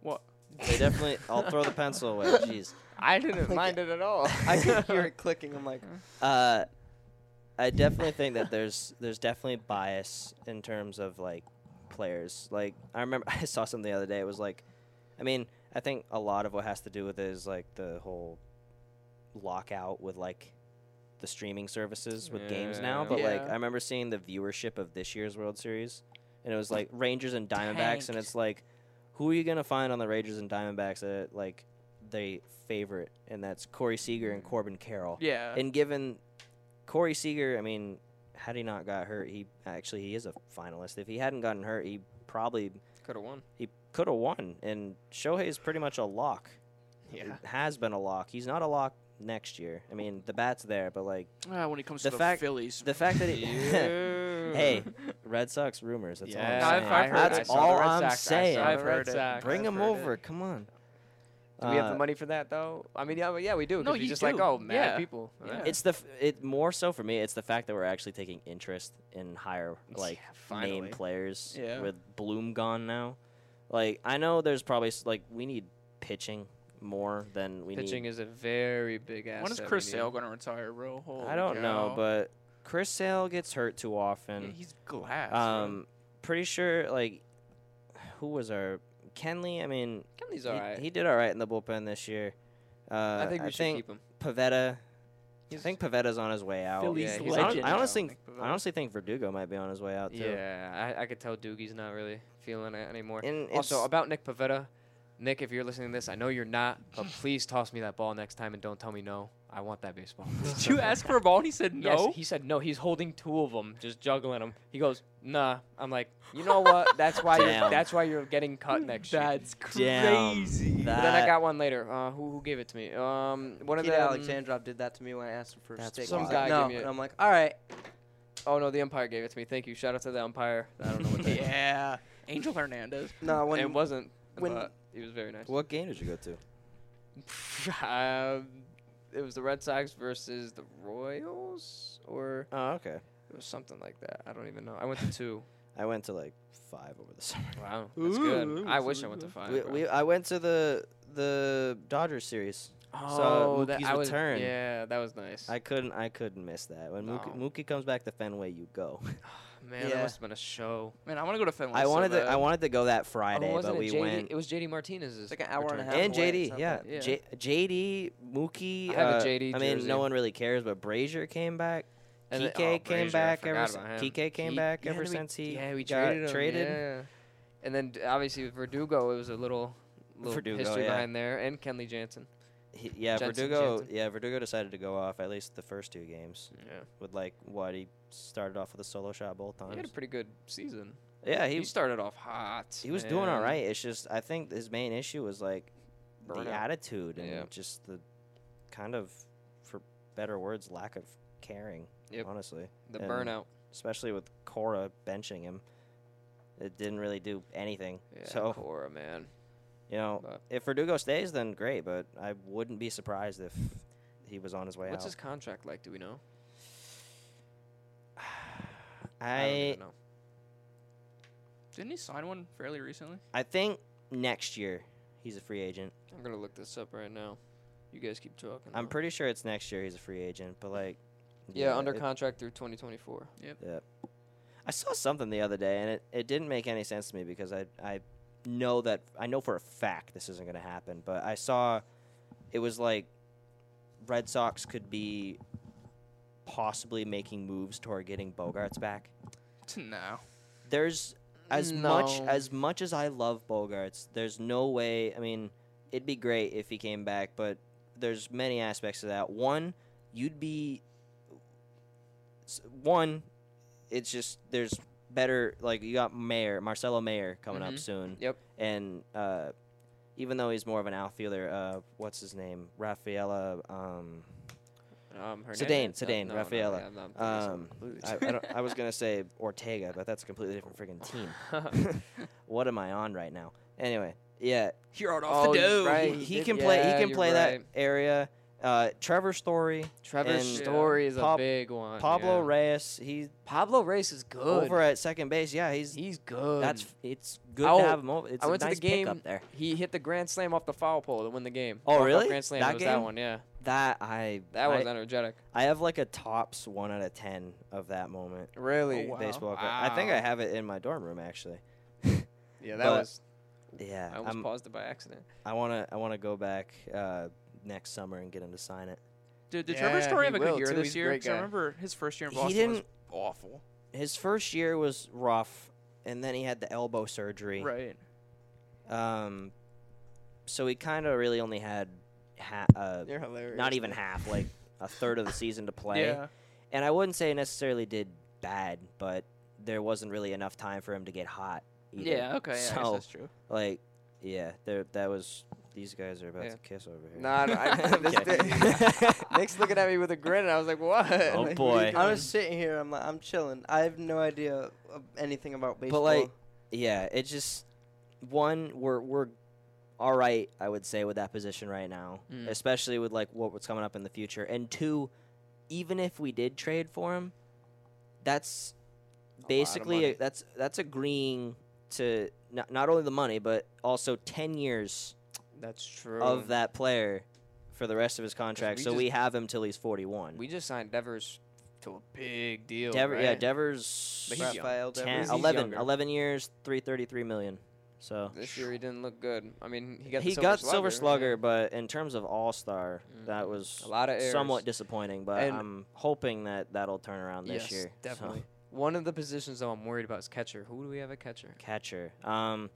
D: What?
E: They definitely. I'll throw the pencil away. Jeez.
C: I didn't mind it at all.
B: I could hear it clicking. I'm like,
E: Uh, I definitely think that there's there's definitely bias in terms of like players. Like I remember I saw something the other day. It was like, I mean, I think a lot of what has to do with it is like the whole lockout with like the streaming services with games now.
C: Yeah.
E: But like
D: Yeah.
E: I remember seeing the viewership of this year's World Series, and it was like Rangers and Diamondbacks, and
D: Tanked.
E: it's like, who are you gonna find on the Rangers and Diamondbacks that like they favorite, and that's Corey Seager and Corbin Carroll.
D: Yeah.
E: And given Corey Seager, I mean, had he not got hurt, he actually he is a finalist. If he hadn't gotten hurt, he probably
C: Could have won.
E: he could have won. And Shohei is pretty much a lock. It has been a lock. He's not a lock next year. I mean, the bat's there, but like
D: Ah, when it comes
E: the
D: to the
E: fact-
D: Phillies,
E: the fact that he
C: hey,
E: hey, Red Sox rumors. That's
C: yeah,
E: all I'm
D: I've-
E: saying.
D: I've heard- I
E: that's
D: saw
E: all
D: the Red
E: I'm saying.
D: I've heard it.
E: Bring him over. Come on.
C: Do we have
E: Uh,
C: the money for that though? I mean, yeah, well, yeah, we do. 'cause
D: No,
C: you're
D: you
C: just like
D: do.
C: oh, mad
D: Yeah.
C: people.
D: Yeah.
C: Alright.
E: It's the f- it more so for me. It's the fact that we're actually taking interest in higher like
C: finally.
E: name players
D: Yeah.
E: with Bloom gone now. Like I know there's probably s- like we need pitching more than we
C: Pitching
E: need.
C: is a very big asset.
D: when is
C: we
D: Chris
C: need.
D: Sale gonna retire, bro? Holy
E: I don't know,
D: cow.
E: but Chris Sale gets hurt too
D: Yeah,
E: often.
D: he's glass.
E: um, pretty sure like who was our Kenley? I mean,
C: Kenley's
E: he,
C: all right.
E: he did all right in the bullpen this year. Uh,
C: I think we should keep him.
E: Pavetta. I
C: He's-
E: think Pavetta's on his way out.
D: Phillies
C: Oh, Yeah, he's
E: I, hon-
D: legend.
E: I
D: now,
E: honestly, think,
D: Nick Pavetta.
E: I honestly think Verdugo might be on his way out too.
C: Yeah, I, I could tell Doogie's not really feeling it anymore.
E: And
C: also,
E: it's-
C: about Nick Pavetta, Nick, if you're listening to this, I know you're not, but please toss me that ball next time and don't tell me no. I want that baseball.
D: Did you ask for a ball and he said no?
C: Yes, he said no. He's holding two of them, just juggling them. He goes, "Nah." I'm like, you know what? That's why.
E: Damn.
C: you're, that's why you're getting cut next year.
D: That's
E: Damn,
D: crazy.
E: that-
C: But then I got one later. Uh, who who gave it to me? Um, one of
B: Pete
C: the
B: Alexandrov did that to me when I asked him for a
E: That's
B: stick. He's
E: wild.
B: like,
E: Some
C: guy
B: no,
C: gave me
B: and
C: it.
B: I'm like, all right.
C: Oh no, the umpire gave it to me. Thank you. Shout out to the umpire. I don't know what. That
D: yeah. Angel Hernandez.
B: No, when
C: it wasn't.
B: when-
C: but he was very nice.
E: What game did you go to?
C: um, it was the Red Sox versus the Royals, or
E: Oh, okay.
C: it was something like that. I don't even know. I went to two.
E: I went to like five over the summer.
C: wow, that's
D: Ooh,
C: good. I
D: that's
C: wish I
D: really
C: went to
D: good.
C: five.
E: We,
C: bro.
E: we, I went to the the Dodgers series.
C: oh, that
E: Mookie's
C: I was,
E: return.
C: Yeah, that was nice.
E: I couldn't I couldn't miss that. When Mookie,
C: No.
E: Mookie comes back to Fenway, you go.
C: Man, that
B: Yeah.
C: must have been a show.
D: Man, I want to go to Finland.
E: I
D: so
E: wanted to
D: bad.
E: I wanted to go that Friday,
C: oh, wasn't
E: but
C: it
E: we
C: JD?
E: went.
C: It was JD Martinez's.
B: It's like an hour and a half.
E: and
B: away,
E: JD,
B: something.
E: yeah.
C: Yeah.
E: J- JD, Mookie.
C: I have a
E: uh,
C: JD
E: I mean,
C: jersey.
E: no one really cares, but Brazier came back.
C: And
E: Kike
C: then- oh,
E: came
C: Brazier, I
E: back ever.
C: forgot
E: sin-
C: about him.
E: Kike came
C: He-
E: back
C: yeah,
E: ever
C: we-
E: since he
C: yeah, we
E: got
C: traded him,
E: traded.
C: yeah. And then d- obviously with Verdugo, it was a little, little
E: Verdugo,
C: history
E: yeah.
C: behind there, and Kenley Jansen.
E: He- yeah,
C: Jensen,
E: Verdugo.
C: Jensen.
E: Yeah, Verdugo decided to go off at least the first two games
C: Yeah,
E: with like what he started off with a solo shot both
C: he had a
E: times.
C: pretty good season.
E: Yeah,
C: He,
E: he
C: started off hot.
E: he was doing all
C: man.
E: right. It's just I think his main issue was like
C: Burnout.
E: the attitude and
C: Yeah.
E: just the kind of, for better words, lack of caring.
C: Yep.
E: Honestly.
C: The
E: and-
C: burnout.
E: especially with Cora benching him. It didn't really do anything.
C: Yeah,
E: so
C: Cora, man.
E: you know,
C: But-
E: if Verdugo stays, then great. But I wouldn't be surprised if he was on his way
C: What's
E: out.
C: his contract like? Do we know? don't
E: I
C: even know.
D: Didn't he sign one fairly recently?
E: I think next year he's a free agent.
C: I'm gonna look this up right now. You guys keep talking.
E: I'm
C: though.
E: pretty sure it's next year he's a free agent. But like,
C: Mm. Yeah, under
E: it-
C: contract through 2024.
E: I saw something the other day, and it, it didn't make any sense to me because I I know that I know for a fact this isn't going to happen. But I saw it was like Red Sox could be possibly making moves toward getting Bogarts back.
D: No.
E: There's as much
C: No.
E: as much as I love Bogarts, there's no way. I mean, it'd be great if he came back, but there's many aspects to that. One, you'd be s- one. It's just there's better. Like you got Mayer, Marcelo Mayer coming
C: Mhm.
E: up soon.
C: Yep.
E: And uh, even though he's more of an outfielder, uh, what's his name? Rafaela. Um,
C: Um,
E: Zidane,
C: Hernandez? No,
E: Zidane,
C: no, no,
E: Rafaela.
C: yeah, I'm not thinking of
E: um, I, I, don't, I was gonna say Ortega, but that's a completely different freaking team. what am I on right now? Anyway, yeah,
D: You're out
C: off the Oh, you're dough.
E: he,
C: right.
E: he
C: did-
E: can play.
C: yeah,
E: He can
C: you're
E: play
C: right.
E: that area. Uh, Trevor Story,
C: Trevor's
E: and-
C: story is a
E: Pab-
C: big one.
E: Pablo
C: yeah.
E: Reyes. He's
C: Pablo Reyes is good.
E: over at second base. Yeah, he's
C: He's good.
E: that's it's good
C: Oh,
E: to have him over. It's
C: I
E: a
C: went to
E: nice
C: the game.
E: pickup there.
C: He hit the grand slam off the foul pole to win the game.
E: Oh,
C: Walk-off
E: really?
C: Grand slam.
E: That
C: it was that
E: game?
C: one. Yeah,
E: That I
C: that was
E: I,
C: energetic.
E: I have like a tops one out of ten of that moment.
B: Oh,
C: Really?
D: wow.
E: Baseball. card. I think I
C: Oh, Wow.
E: have it in my dorm room actually.
C: Yeah,
E: that
C: that
E: But-
C: was.
E: Yeah,
C: I almost
E: I'm-
C: paused it by accident.
E: I wanna I wanna go back uh, next summer and get him to sign it.
D: Dude, did
C: Yeah,
D: Trevor Story have
C: he
D: a good
C: will,
D: year
C: too.
D: this
C: He's a
D: year?
C: great
D: 'Cause I
C: guy.
D: remember his first year in
E: He
D: Boston was
E: didn't-
D: awful.
E: His first year was rough, and then he had the elbow surgery.
D: Right.
E: Um, so he kind of really only had ha- uh,
B: You're hilarious.
E: not even half, like a third of the season to play.
D: Yeah.
E: And I wouldn't say necessarily did bad, but there wasn't really enough time for him to get hot. Either.
D: Yeah. Okay. Yeah, I guess
E: So
D: that's true.
E: like, yeah, there that was. These guys are about
C: Yeah.
E: to kiss over here.
C: Nah, no, I, this
E: Okay.
C: Nick's looking at me with a grin, and I was like, "What?"
E: Oh,
C: Like,
E: boy.
C: what are you
E: I
B: I
C: doing?
B: was sitting here. I'm like, I'm chilling. I have no idea of anything about baseball.
E: like, Yeah, it just one we're we're all right, I would say, with that position right now,
C: Mm.
E: especially with like what, what's coming up in the future. And two, even if we did trade for him, that's
C: of
E: basically uh,
C: money.
E: that's that's agreeing to not, not only the money but also ten years
C: That's true.
E: of that player for the rest of his contract.
C: we
E: so
C: just-
E: we have him till he's forty one.
C: we just signed Devers to a big deal.
E: Dever, yeah,
C: right?
E: Devers
C: But he's young.
B: Raphael
E: 10,
B: Devers.
C: he's
E: 11,
C: younger.
E: 11 years, three thirty three million. So
C: This year he didn't look good. I mean, he got the
E: he
C: silver
E: got
C: slugger.
E: Silver
C: yeah.
E: Slugger, but in terms of All Star,
C: Mhm.
E: that was
C: A lot of errors.
E: somewhat disappointing. But
C: And-
E: I'm hoping that that'll turn around this
C: yes,
E: year. So,
C: definitely. One of the positions though I'm worried about is catcher. Who do we have at catcher?
E: catcher. Um,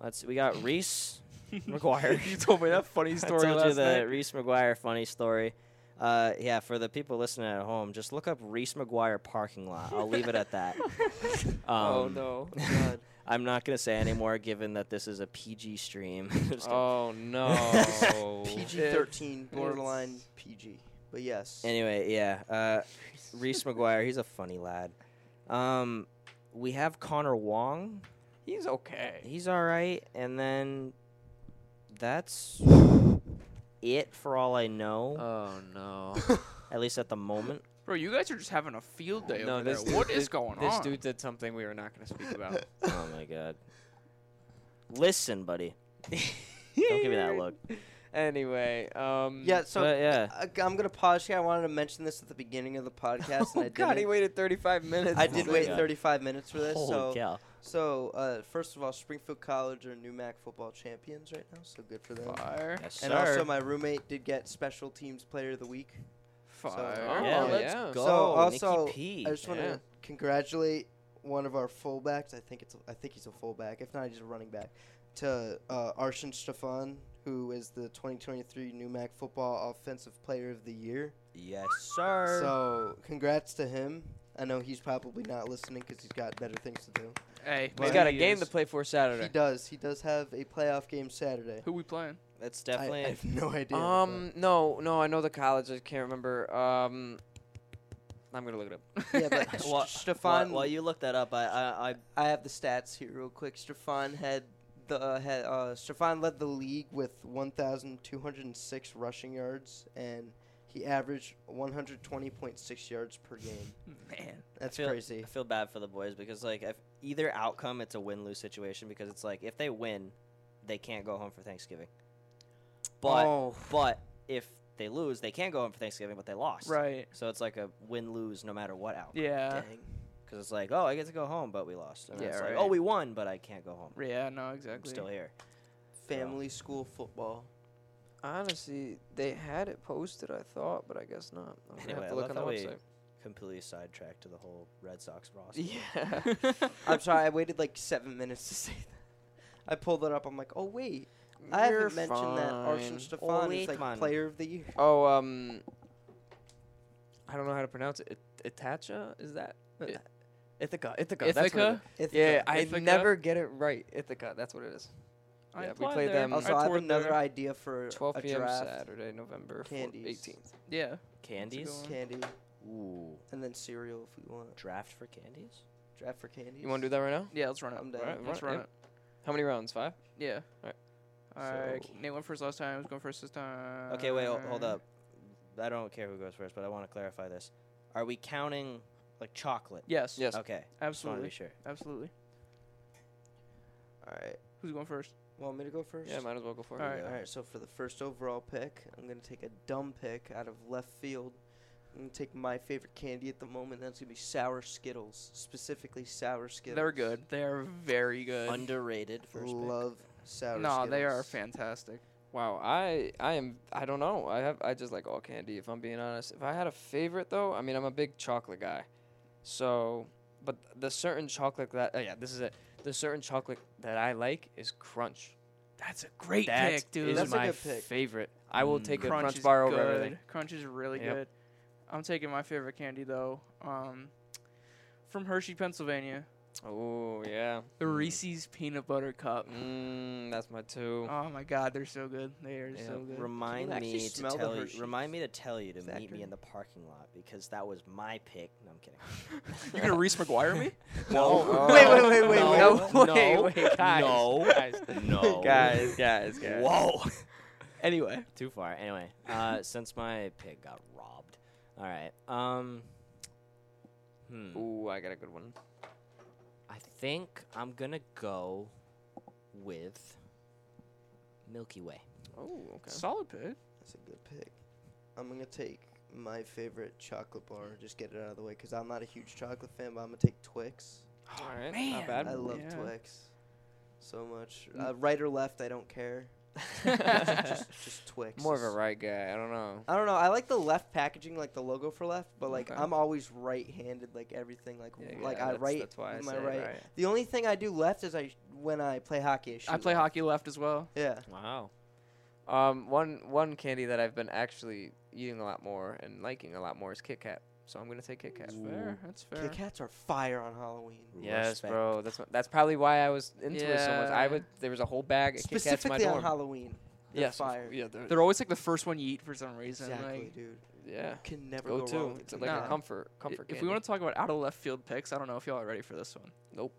E: let's we got Reese McGuire.
D: you told me that funny story
E: I told
D: last
E: you the
D: night.
E: Reese McGuire funny story. Uh, yeah, for the people listening at home, just look up Reese McGuire parking lot. I'll leave it at that. Um,
C: oh no.
E: I'm not gonna say anymore, given that this is a PG stream. Just kidding.
C: Oh no.
B: PG 13, borderline PG. But yes.
E: Anyway, yeah, uh, Reese McGuire, he's a funny lad. Um, we have Connor Wong.
C: He's okay.
E: He's all right, and then that's it for all I know,
C: Oh no.
E: at least at the moment.
D: Bro, you guys are just having a field day
C: no,
D: over
C: this
D: there.
C: dude,
D: What is
C: this-
D: going
C: This
D: on?
C: dude did something we were not going to speak about.
E: oh my god! Listen, buddy, don't give me that look.
C: Anyway, um,
B: Yeah, so
E: But, yeah.
B: I, I'm gonna pause here. I wanted to mention this at the beginning of the podcast,
C: Oh
B: and I
C: God, he
B: didn't.
C: waited 35 minutes.
B: I
C: to
B: did
C: say
B: wait
C: that.
E: Yeah.
B: 35 minutes for this.
E: Holy
B: so,
E: cow.
B: so uh, first of all, Springfield College are New Mac football champions right now, so good for them.
D: Fire.
E: Yes,
B: And also, my roommate did get Special Teams Player of the Week.
D: Fire.
C: Oh,
E: yeah,
C: let's
B: go,
E: let's go.
B: Nikki also,
E: P.
B: I just want to
C: Yeah.
B: congratulate one of our fullbacks. I think it's I think he's a fullback. If not, he's a running back. To uh, Arshin Stefan, who is the 2023 New Mac Football Offensive Player of the Year.
E: yes, sir.
B: So, congrats to him. I know he's probably not listening because he's got better things to do.
D: Hey,
B: He's
C: He's
D: maybe
C: got a
D: he
C: game
D: is.
C: to play for
B: He
C: Saturday.
B: does. He does have a playoff game Saturday.
D: Who we playing?
E: That's
B: I-
E: definitely.
B: I, have no idea. but-
C: Um, no, no, I know the college. I can't remember. Um, I'm gonna look it up.
B: yeah, but
E: Wha-
B: Stefan,
E: While, while you look that up, I, I, I
B: I have the stats here real quick. Stefan had the uh, had uh, Stefan led the league with 1,206 rushing yards, and he averaged 120.6 yards per game.
D: Man.
B: That's
E: feel-
B: crazy.
E: I feel bad for the boys because like if either outcome, it's a win lose situation because it's like if they win, they can't go home for Thanksgiving. But
B: oh,
E: but if they lose, they can go home for Thanksgiving, but they lost.
D: Right.
E: So it's like a win lose no matter what outcome.
D: Yeah.
B: dang.
E: Because it's like oh I get to go home, but we lost. And
D: Yeah,
E: it's like,
D: right.
E: oh we won, but I can't go home.
D: Yeah, no,
E: I'm
D: exactly.
E: still here.
B: Family school football.
C: Honestly, they had it posted. I thought, but I guess not. I'm gonna
E: Anyway,
C: have
E: I
C: to look
E: love
C: on the
E: how we-
C: website.
E: Completely sidetracked to the whole Red Sox roster.
C: Yeah.
B: I'm sorry, I waited like seven minutes to say that. I pulled it up. I'm like, oh wait, I haven't mentioned that Arsene Stefan
E: Oh,
B: is
E: wait,
B: like
E: man.
B: player of the year.
C: Oh, um, I don't know how to pronounce it. it Itacha is that? I- Ithaca. Ithaca. That's what it
D: Ithaca.
C: is.
B: Ithaca.
C: Yeah, I
D: Ithaca.
C: never get it right. Ithaca. That's what it is.
D: I
C: Yeah, we
D: applied
C: played
D: there.
C: them.
B: Also, I, have
D: toured
B: another
D: there.
B: idea for
C: 12
B: a
C: p.m.
B: draft.
C: Saturday, November four-
B: Candies.
C: 18th.
D: Yeah.
E: Candies.
D: one.
B: Candy,
E: Ooh.
B: and then cereal if we want.
E: Draft for candies.
B: Draft for candy.
C: You want to do that right now?
D: Yeah, let's run it.
B: I'm down. Alright,
D: let's
C: run
D: run
C: it. How many rounds? Five.
D: it. Yeah.
C: Alright.
D: Alright,
E: So-
D: Nate went first last time. I was going first this time.
E: Okay, wait, ho- hold up. I don't care who goes first, but I want to clarify this. Are we counting like chocolate?
D: Yes.
C: Yes.
E: Okay, just want to be
D: Absolutely.
E: sure.
D: Absolutely.
B: All right.
D: Who's going first?
B: Want me to go first?
C: Yeah, might as well go for it.
D: All right.
B: All right. So for the first overall pick, I'm gonna take a dumb pick out of left field. I'm gonna take my favorite candy at the moment. That's gonna be sour Skittles, specifically sour Skittles.
D: They're good. They are very good.
E: Underrated first pick.
B: Love sour.
D: no,
B: Skittles.
D: they are fantastic.
C: Wow, I I am I don't know. I have I just like all candy if I'm being honest. If I had a favorite though, I mean I'm a big chocolate guy. So, but the certain chocolate that oh yeah, this is it. The certain chocolate that I like is Crunch.
D: That's a great
C: That
D: pick, dude.
C: is
B: That's a
C: my
B: good pick.
C: favorite. I will
E: Mm.
C: take a
D: Crunch
C: Crunch
D: is
C: bar over
D: good.
C: everything.
D: Crunch is really
C: Yep.
D: good. I'm taking my favorite candy though. Um, from Hershey, Pennsylvania,
C: Oh yeah.
D: the
E: Mm.
D: Reese's peanut butter cup.
C: Mm, that's my two.
D: Oh my God, they're so good. They are
C: Yeah.
D: so good.
E: Remind
B: actually
E: me to
B: smell the
E: tell you.
B: Hershey's?
E: Remind me to tell you to
B: Is that
E: meet
B: true?
E: me in the parking lot because that was my pick. No, I'm kidding.
D: you gonna Reese McGuire me?
E: No.
C: No.
B: Wait, wait, wait, wait,
E: No.
C: wait. No.
E: Wait, wait, guys.
C: No.
E: Guys. No.
C: Guys, guys, guys.
E: Whoa.
D: Anyway,
E: Too far. Anyway, uh, since my pick got robbed. All right. Um. Hmm.
C: Ooh, I got a good one.
E: I think I'm gonna go with Milky Way.
C: Oh, okay.
D: solid pick.
B: That's a good pick. I'm gonna take my favorite chocolate bar. Just get it out of the way, cause I'm not a huge chocolate fan, but I'm gonna take Twix.
C: All right.
D: Oh, man.
C: Not bad.
B: I love
D: Yeah.
B: Twix so much.
C: Mm.
B: Uh, right or left, I don't care. just, just, just Twix.
C: More of
B: is-
C: a right guy. I don't know.
B: I don't know. I like the left packaging, like the logo for left, but like
C: Okay.
B: I'm always right-handed, like everything, like like I
C: that's-
B: write
C: that's why I
B: with my
C: said
B: right. The only thing I do left is I when I play hockey. I, shoot
D: I play
B: left.
D: hockey left as well.
B: Yeah,
C: Wow. Um, one one candy that I've been actually eating a lot more and liking a lot more is Kit Kat. So I'm gonna say Kit Kat.
D: That's fair. That's fair.
B: Kit Kats are fire on Halloween.
C: Yes,
E: Respect.
C: bro. That's wh- that's probably why I was into it so much. I
D: Yeah.
C: would there was a whole bag of Kit Kats in my
B: Specifically on
C: dorm.
B: Halloween, they're
C: yes, of-
B: fire.
C: Yeah, they're,
D: They're always like the first one you eat for some reason.
B: Exactly,
D: Like,
B: dude.
C: yeah.
B: Can never go,
C: Go
B: wrong.
C: to.
B: with
C: It's
B: Kit
C: like
D: Nah.
C: a
B: Kat.
C: comfort
D: i-
C: comfort.
D: if we want to talk about out of left field picks, I don't know if y'all are ready for this one.
C: Nope.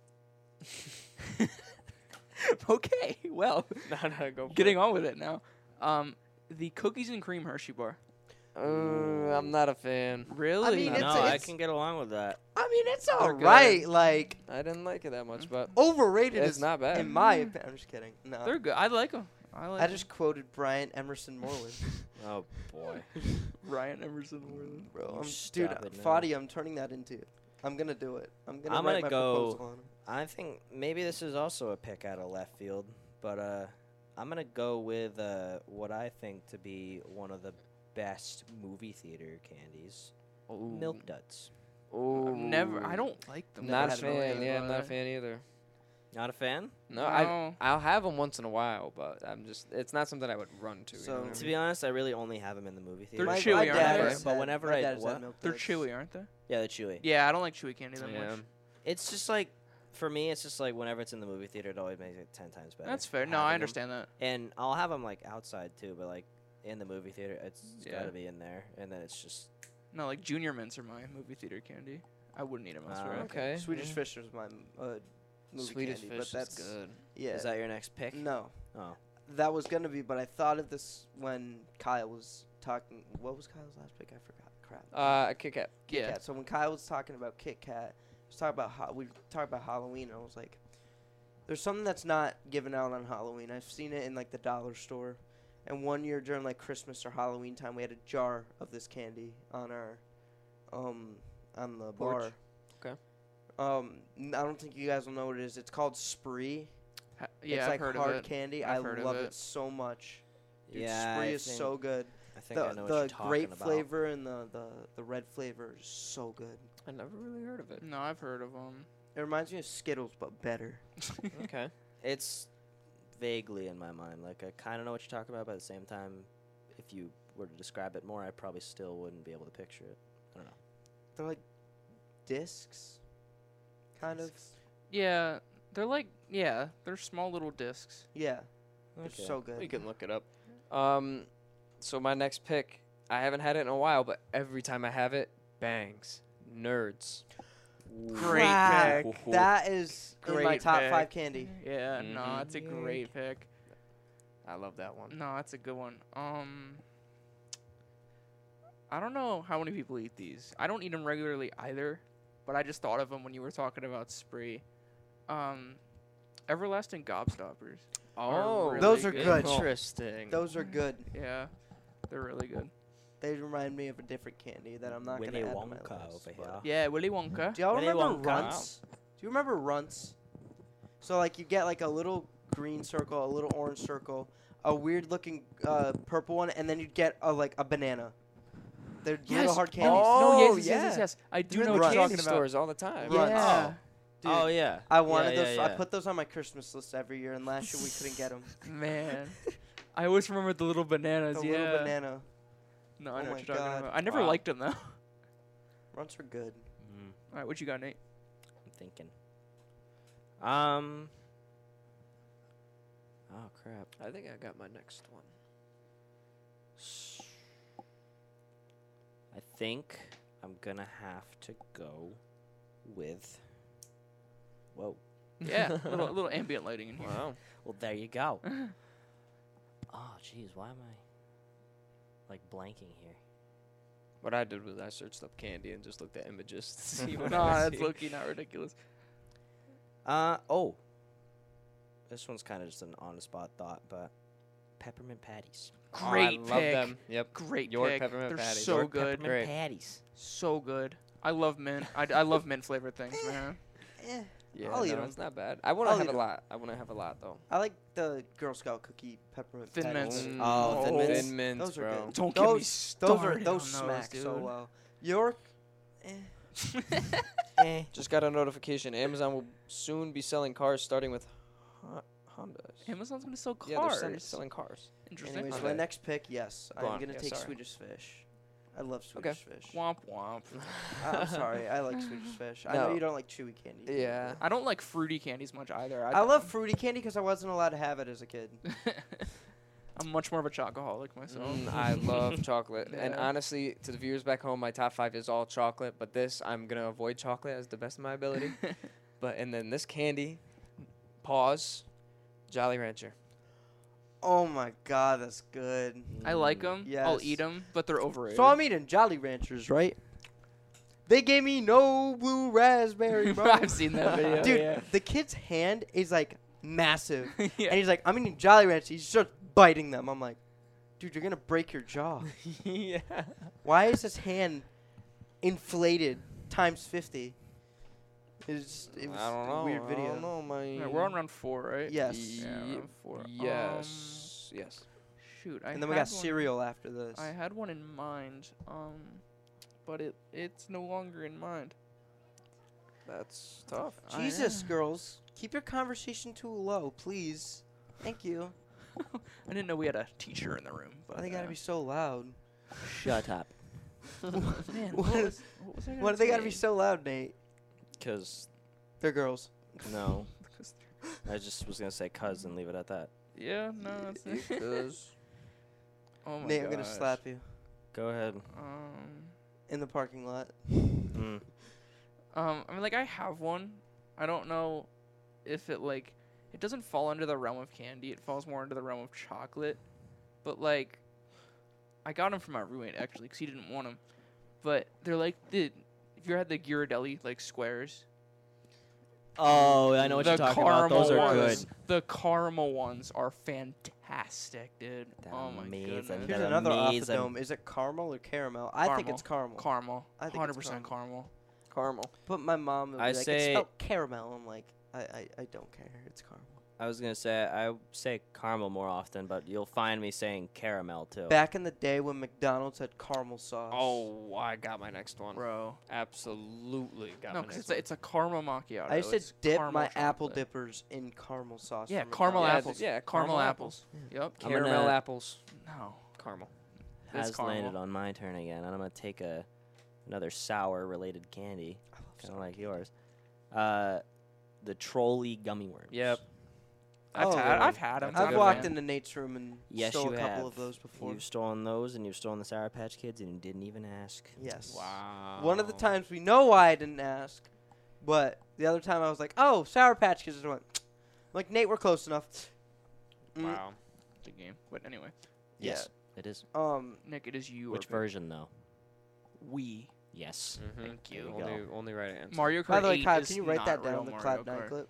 D: okay, well,
C: to, no, no, go. For
D: getting on with it now. Um, the cookies and cream Hershey bar.
C: it. Uh, I'm not a fan.
D: Really?
B: mean,
E: No,
B: it's-
E: I
B: it's-
E: can get along with that.
B: I mean, it's
C: They're
B: all
C: good.
B: right. Like
D: Mm-hmm.
C: I didn't like it that much, but
B: overrated
C: it's
B: is
C: not bad.
B: in my opinion. I'm just kidding. No,
C: uh,
D: they're good. I like them. I like
B: I just quoted Brian Emerson Moreland,
E: Oh boy.
D: Ryan Emerson Moreland.
E: You
B: bro. I'm, dude,
E: stop it now.
B: Fadi, I'm turning that into. I'm gonna do it. I'm gonna.
E: I'm
B: write
E: gonna
B: my
E: go-
B: proposal on him.
E: I think maybe this is also a pick out of left field, but uh, I'm gonna go with uh, what I think to be one of the best movie theater candies: Milk Duds.
C: Oh,
D: I've never. I don't like them.
C: Not
B: had
C: a
B: one,
C: fan.
D: personally,
C: Yeah, I'm not a
D: but-
C: fan either.
E: Not a fan.
C: No, I
D: No.
C: I'll have them once in a while, but I'm just it's not something I would run to. you know
B: So-
C: what I
E: To
C: mean?
E: be honest, I really only have them in the movie theater.
D: They're chewy, aren't
B: dad
D: they?
B: has
E: But
B: had-
E: whenever
B: my
E: I-
B: dad's had
E: what?
B: milk
D: They're
B: duds.
D: chewy, aren't they?
E: Yeah, they're chewy.
D: Yeah, I don't like chewy candy that
C: yeah.
D: much.
E: It's just like, for me, it's just like whenever it's in the movie theater, it always makes it ten times better.
D: That's fair. No,
E: having
D: I
E: 'em.
D: understand that.
E: And I'll have them like outside too, but like in the movie theater, it's, it's
C: Yeah.
E: gotta be in there. And then it's just
D: No, like junior mints are my movie theater candy. I wouldn't eat them
E: Ah,
D: elsewhere.
C: Okay.
B: Swedish Fish is my uh, movie
C: Swedish
B: candy,
C: fish
B: but that's
C: is good.
B: Yeah.
E: is that your next pick?
B: no,
E: Oh,
B: that was gonna be, but I thought of this when Kyle was talking. What was Kyle's last pick? I forgot. Crap.
C: Uh, a Kit Kat.
B: Kit
D: Yeah.
B: Kat. So when Kyle was talking about Kit Kat, I was talking about ho- we talked about Halloween, and I was like, "There's something that's not given out on Halloween. I've seen it in like the dollar store, and one year during like Christmas or Halloween time, we had a jar of this candy on our, um, on the
C: Porch.
B: bar.
C: Okay.
B: Um, n- I don't think you guys will know what it is. It's called Spree.
D: Ha- Yeah,
B: it's
D: I've
B: like
D: heard
B: hard
D: of it.
B: candy.
D: I've
B: I
D: heard of
B: love
D: it.
B: it. so much. Dude,
E: yeah.
B: Spree
E: I
B: is
E: think,
B: so good.
E: I think
B: The,
E: I know what you're
B: the
E: talking
B: grape
E: about.
B: flavor and the, the, the red flavor is so good.
C: I never really heard of it.
D: No, I've heard of them.
B: It reminds me of Skittles, but better.
C: Okay.
E: It's vaguely in my mind. Like I kind of know what you're talking about, but at the same time, if you were to describe it more, I probably still wouldn't be able to picture it. I don't know.
B: They're like discs, kind of.
D: yeah, they're like yeah, they're small little discs.
B: Yeah,
E: Okay.
B: they're so good.
C: We can look it up. Um, so my next pick, I haven't had it in a while, but every time I have it, bangs. Nerds.
D: Great
B: Crack.
D: pick.
B: That is in my
D: Great
B: top
D: pick.
B: five candy.
E: Mm-hmm.
D: Yeah, no,
C: Mhm.
D: it's a great pick.
C: I love that one.
D: No, that's a good one. Um, I don't know how many people eat these. I don't eat them regularly either, but I just thought of them when you were talking about spree. Um, everlasting gobstoppers.
C: Oh,
B: Those are good.
C: Interesting.
B: Those are good.
D: Yeah, they're really good.
B: They remind me of a different candy that I'm not
E: Willy
B: gonna add to my
E: Wonka
B: list,
E: over
B: but-
E: here.
D: Yeah, Willy Wonka.
B: Do y'all
E: Willy
B: remember
E: Wonka.
B: runts? Do you remember runts? So like you get like a little green circle, a little orange circle, a weird looking uh, purple one, and then you'd get a, like a banana. They're little hard candies.
D: No,
C: Oh,
D: yes, yes, yes, yes,
C: yeah.
D: yes. I do
B: They're
D: know
B: in
D: what
B: the
D: you're
C: candy
D: talking about.
C: stores all the time.
B: Runts.
D: Yeah.
B: Dude,
E: oh yeah.
B: I wanted
E: yeah,
B: those.
E: Yeah,
B: I
E: yeah.
B: put those on my Christmas list every year, and last year we couldn't get them.
D: Oh, Man. I always remember the little
B: The
D: bananas. yeah.
B: little banana
D: No, I
B: Oh
D: know
B: my
D: what you're talking
B: God.
D: about. I never
E: Wow.
D: liked them though. All
B: runts are good.
E: Mm,
D: right, what you got, Nate?
E: I'm thinking. Um. Oh crap.
C: I think I got my next one.
E: I think I'm gonna have to go with. Whoa.
D: Yeah, a little, a little ambient lighting in here.
C: Wow.
E: Well, there you go. oh, jeez, why am I like blanking here?
C: What I did was I searched up candy and just looked at images to see what
D: nah,
C: I
D: that's
C: see.
D: low-key not ridiculous.
E: Uh oh. This one's kind of just an on the spot thought, but peppermint patties.
C: Oh,
D: Great
C: I
D: pick.
C: love them. Yep.
D: Great
C: York
D: pick.
C: peppermint
D: They're
C: patties.
D: so
C: York
D: good.
E: Peppermint
C: Great.
E: patties.
D: So good. I love mint. I, I love mint flavored things, man.
B: Eh,
C: Yeah,
B: I'll eat
C: no,
B: 'em.
C: it's not bad. I want to
B: I'll
C: have
B: eat
C: a
B: 'em.
C: lot. I want to have a lot though.
B: I like the Girl Scout cookie peppermint
D: Thin
B: patties.
D: Mints.
E: Oh, Thin Mints.
C: Thin mints,
B: Those are
C: bro.
B: good.
D: Don't get me
B: Those, those are
D: started
B: those
D: on those,
B: smack so
D: dude.
B: well. York, eh.
E: Eh.
C: Just got a notification. Amazon will soon be selling cars starting with Hon- Hondas.
B: uh,
D: Amazon's gonna sell cars.
C: Yeah, they're sell- selling cars.
D: Interesting.
B: Anyways,
C: Okay.
B: my next pick, yes,
C: Go
B: I'm
C: on.
B: gonna
C: Yeah,
B: take
C: sorry.
B: Swedish Fish. I love
C: Okay.
B: Swedish Fish.
D: Womp womp.
B: I- I'm sorry, I like Swedish Fish. I
C: No.
B: know you don't like chewy candy. but-
C: Yeah.
D: I don't like fruity candies much either. I,
B: I love fruity candy because I wasn't allowed to have it as a kid.
D: I'm much more of a chocoholic myself.
C: Mm, I love chocolate. And
D: Yeah.
C: honestly, to the viewers back home, my top five is all chocolate. But this, I'm gonna avoid chocolate as the best of my ability. but and then this candy, pause, Jolly Rancher.
B: Oh my god, that's good.
C: Mm.
D: I like them. I'll
B: Yes.
D: eat them, but they're overrated.
B: So I'm eating Jolly Ranchers, right? They gave me no blue raspberry, bro.
D: I've seen that video.
B: Dude,
D: yeah.
B: the kid's hand is like massive.
D: Yeah.
B: And he's like, I'm eating Jolly Ranchers. He starts biting them. I'm like, dude, you're gonna break your jaw.
C: yeah.
B: Why is his hand inflated times fifty? It's, it was
C: I don't
B: a
C: know.
B: weird video.
C: I don't know, my.
D: Alright, we're on round four, right?
B: Yes.
D: Yeah, round four. Um,
C: Yes. yes.
D: shoot, I
B: and then we
D: had
B: got
D: one-
B: cereal after this.
D: I had one in mind, um, but it it's no longer in mind.
C: That's tough.
D: I
B: Jesus,
D: know.
B: girls, keep your conversation too low, please. Thank you.
D: I didn't know we had a teacher in the room. But uh,
B: Why they gotta be so loud?
E: Shut up.
D: be? Man,
B: what
D: what,
B: is-
D: was, what was I gonna
B: Why do they gotta be
D: say?
B: so loud, Nate?
E: Cause
B: They're girls.
E: no,
D: 'Cause-
E: I just was gonna say cuz and leave it at that.
D: Yeah, no, that's it. oh my
B: Nate, I'm gonna
D: gosh.
B: slap you
E: Go ahead.
D: Um,
B: in the parking lot.
E: Mm.
D: um, I mean, like I have one. I don't know if it like it doesn't fall under the realm of candy. It falls more under the realm of chocolate. But like, I got them from my roommate actually, 'cause he didn't want them. But they're like the if you had the Ghirardelli like squares.
E: Oh, I know what
D: the
E: you're talking
D: caramel
E: about. Those are good.
D: ones, The caramel ones are fantastic, dude.
E: They're
D: oh my
E: amazing.
D: goodness.
B: Here's
E: They're
B: another off the
E: amazing.
B: dome. Is it caramel or caramel? I think it's caramel.
D: Caramel.
B: I think it's
D: 100% caramel.
C: Caramel.
B: but my mom would be
E: I
B: like, it's
E: say-
B: spelled caramel. I'm like, I, I, I don't care. It's caramel.
E: I was gonna say I say caramel more often, but you'll find me saying caramel too.
B: Back in the day when McDonald's had caramel sauce.
C: Oh, I got my next one.
D: Bro.
C: Absolutely got
D: No,
C: my
D: because it's
C: next
D: a, it's a caramel macchiato.
B: I used to
D: It's
B: dip
D: caramel
B: my apple
D: chocolate.
B: dippers in caramel sauce.
D: Yeah,
B: from
D: caramel
C: Yeah,
B: McDonald's.
D: apples.
C: th- yeah,
D: Yeah,
C: caramel
D: caramel apples. Yep.
E: I'm
C: one. Caramel
E: gonna-
C: apples.
D: No.
C: Caramel.
D: It's
E: has landed
D: caramel.
E: on my turn again, and I'm gonna take a another sour related candy,
B: I love
E: kind of like yours. Uh, the trolley gummy worms.
C: Yep.
D: I've
B: Oh,
D: had.
B: really?
D: I've had 'em.
C: That's a
B: I've
C: good
B: walked
C: one.
B: into Nate's room and
E: Yes,
B: stole
E: you
B: a couple
E: have.
B: of those before.
E: You've stolen those, and you've stolen the Sour Patch Kids, and you didn't even ask.
B: Yes.
C: Wow.
B: One of the times we know why I didn't ask, but the other time I was like, "Oh, Sour Patch Kids," I went. Like Nate, we're close enough. Mm,
C: Wow.
D: The game. But anyway,
E: Yes, it is.
B: Um,
D: Nick, it is you.
E: Which version though?
D: We.
E: Yes.
C: Mm-hmm.
D: Thank you.
E: go.
C: Only, only right answer.
D: Mario Kart.
B: By the way,
D: 8
B: Cloud,
D: is
B: can you write
D: not
B: that
D: real
B: down? The
D: Mario
B: Cloud
D: Kart.
B: Nine clip.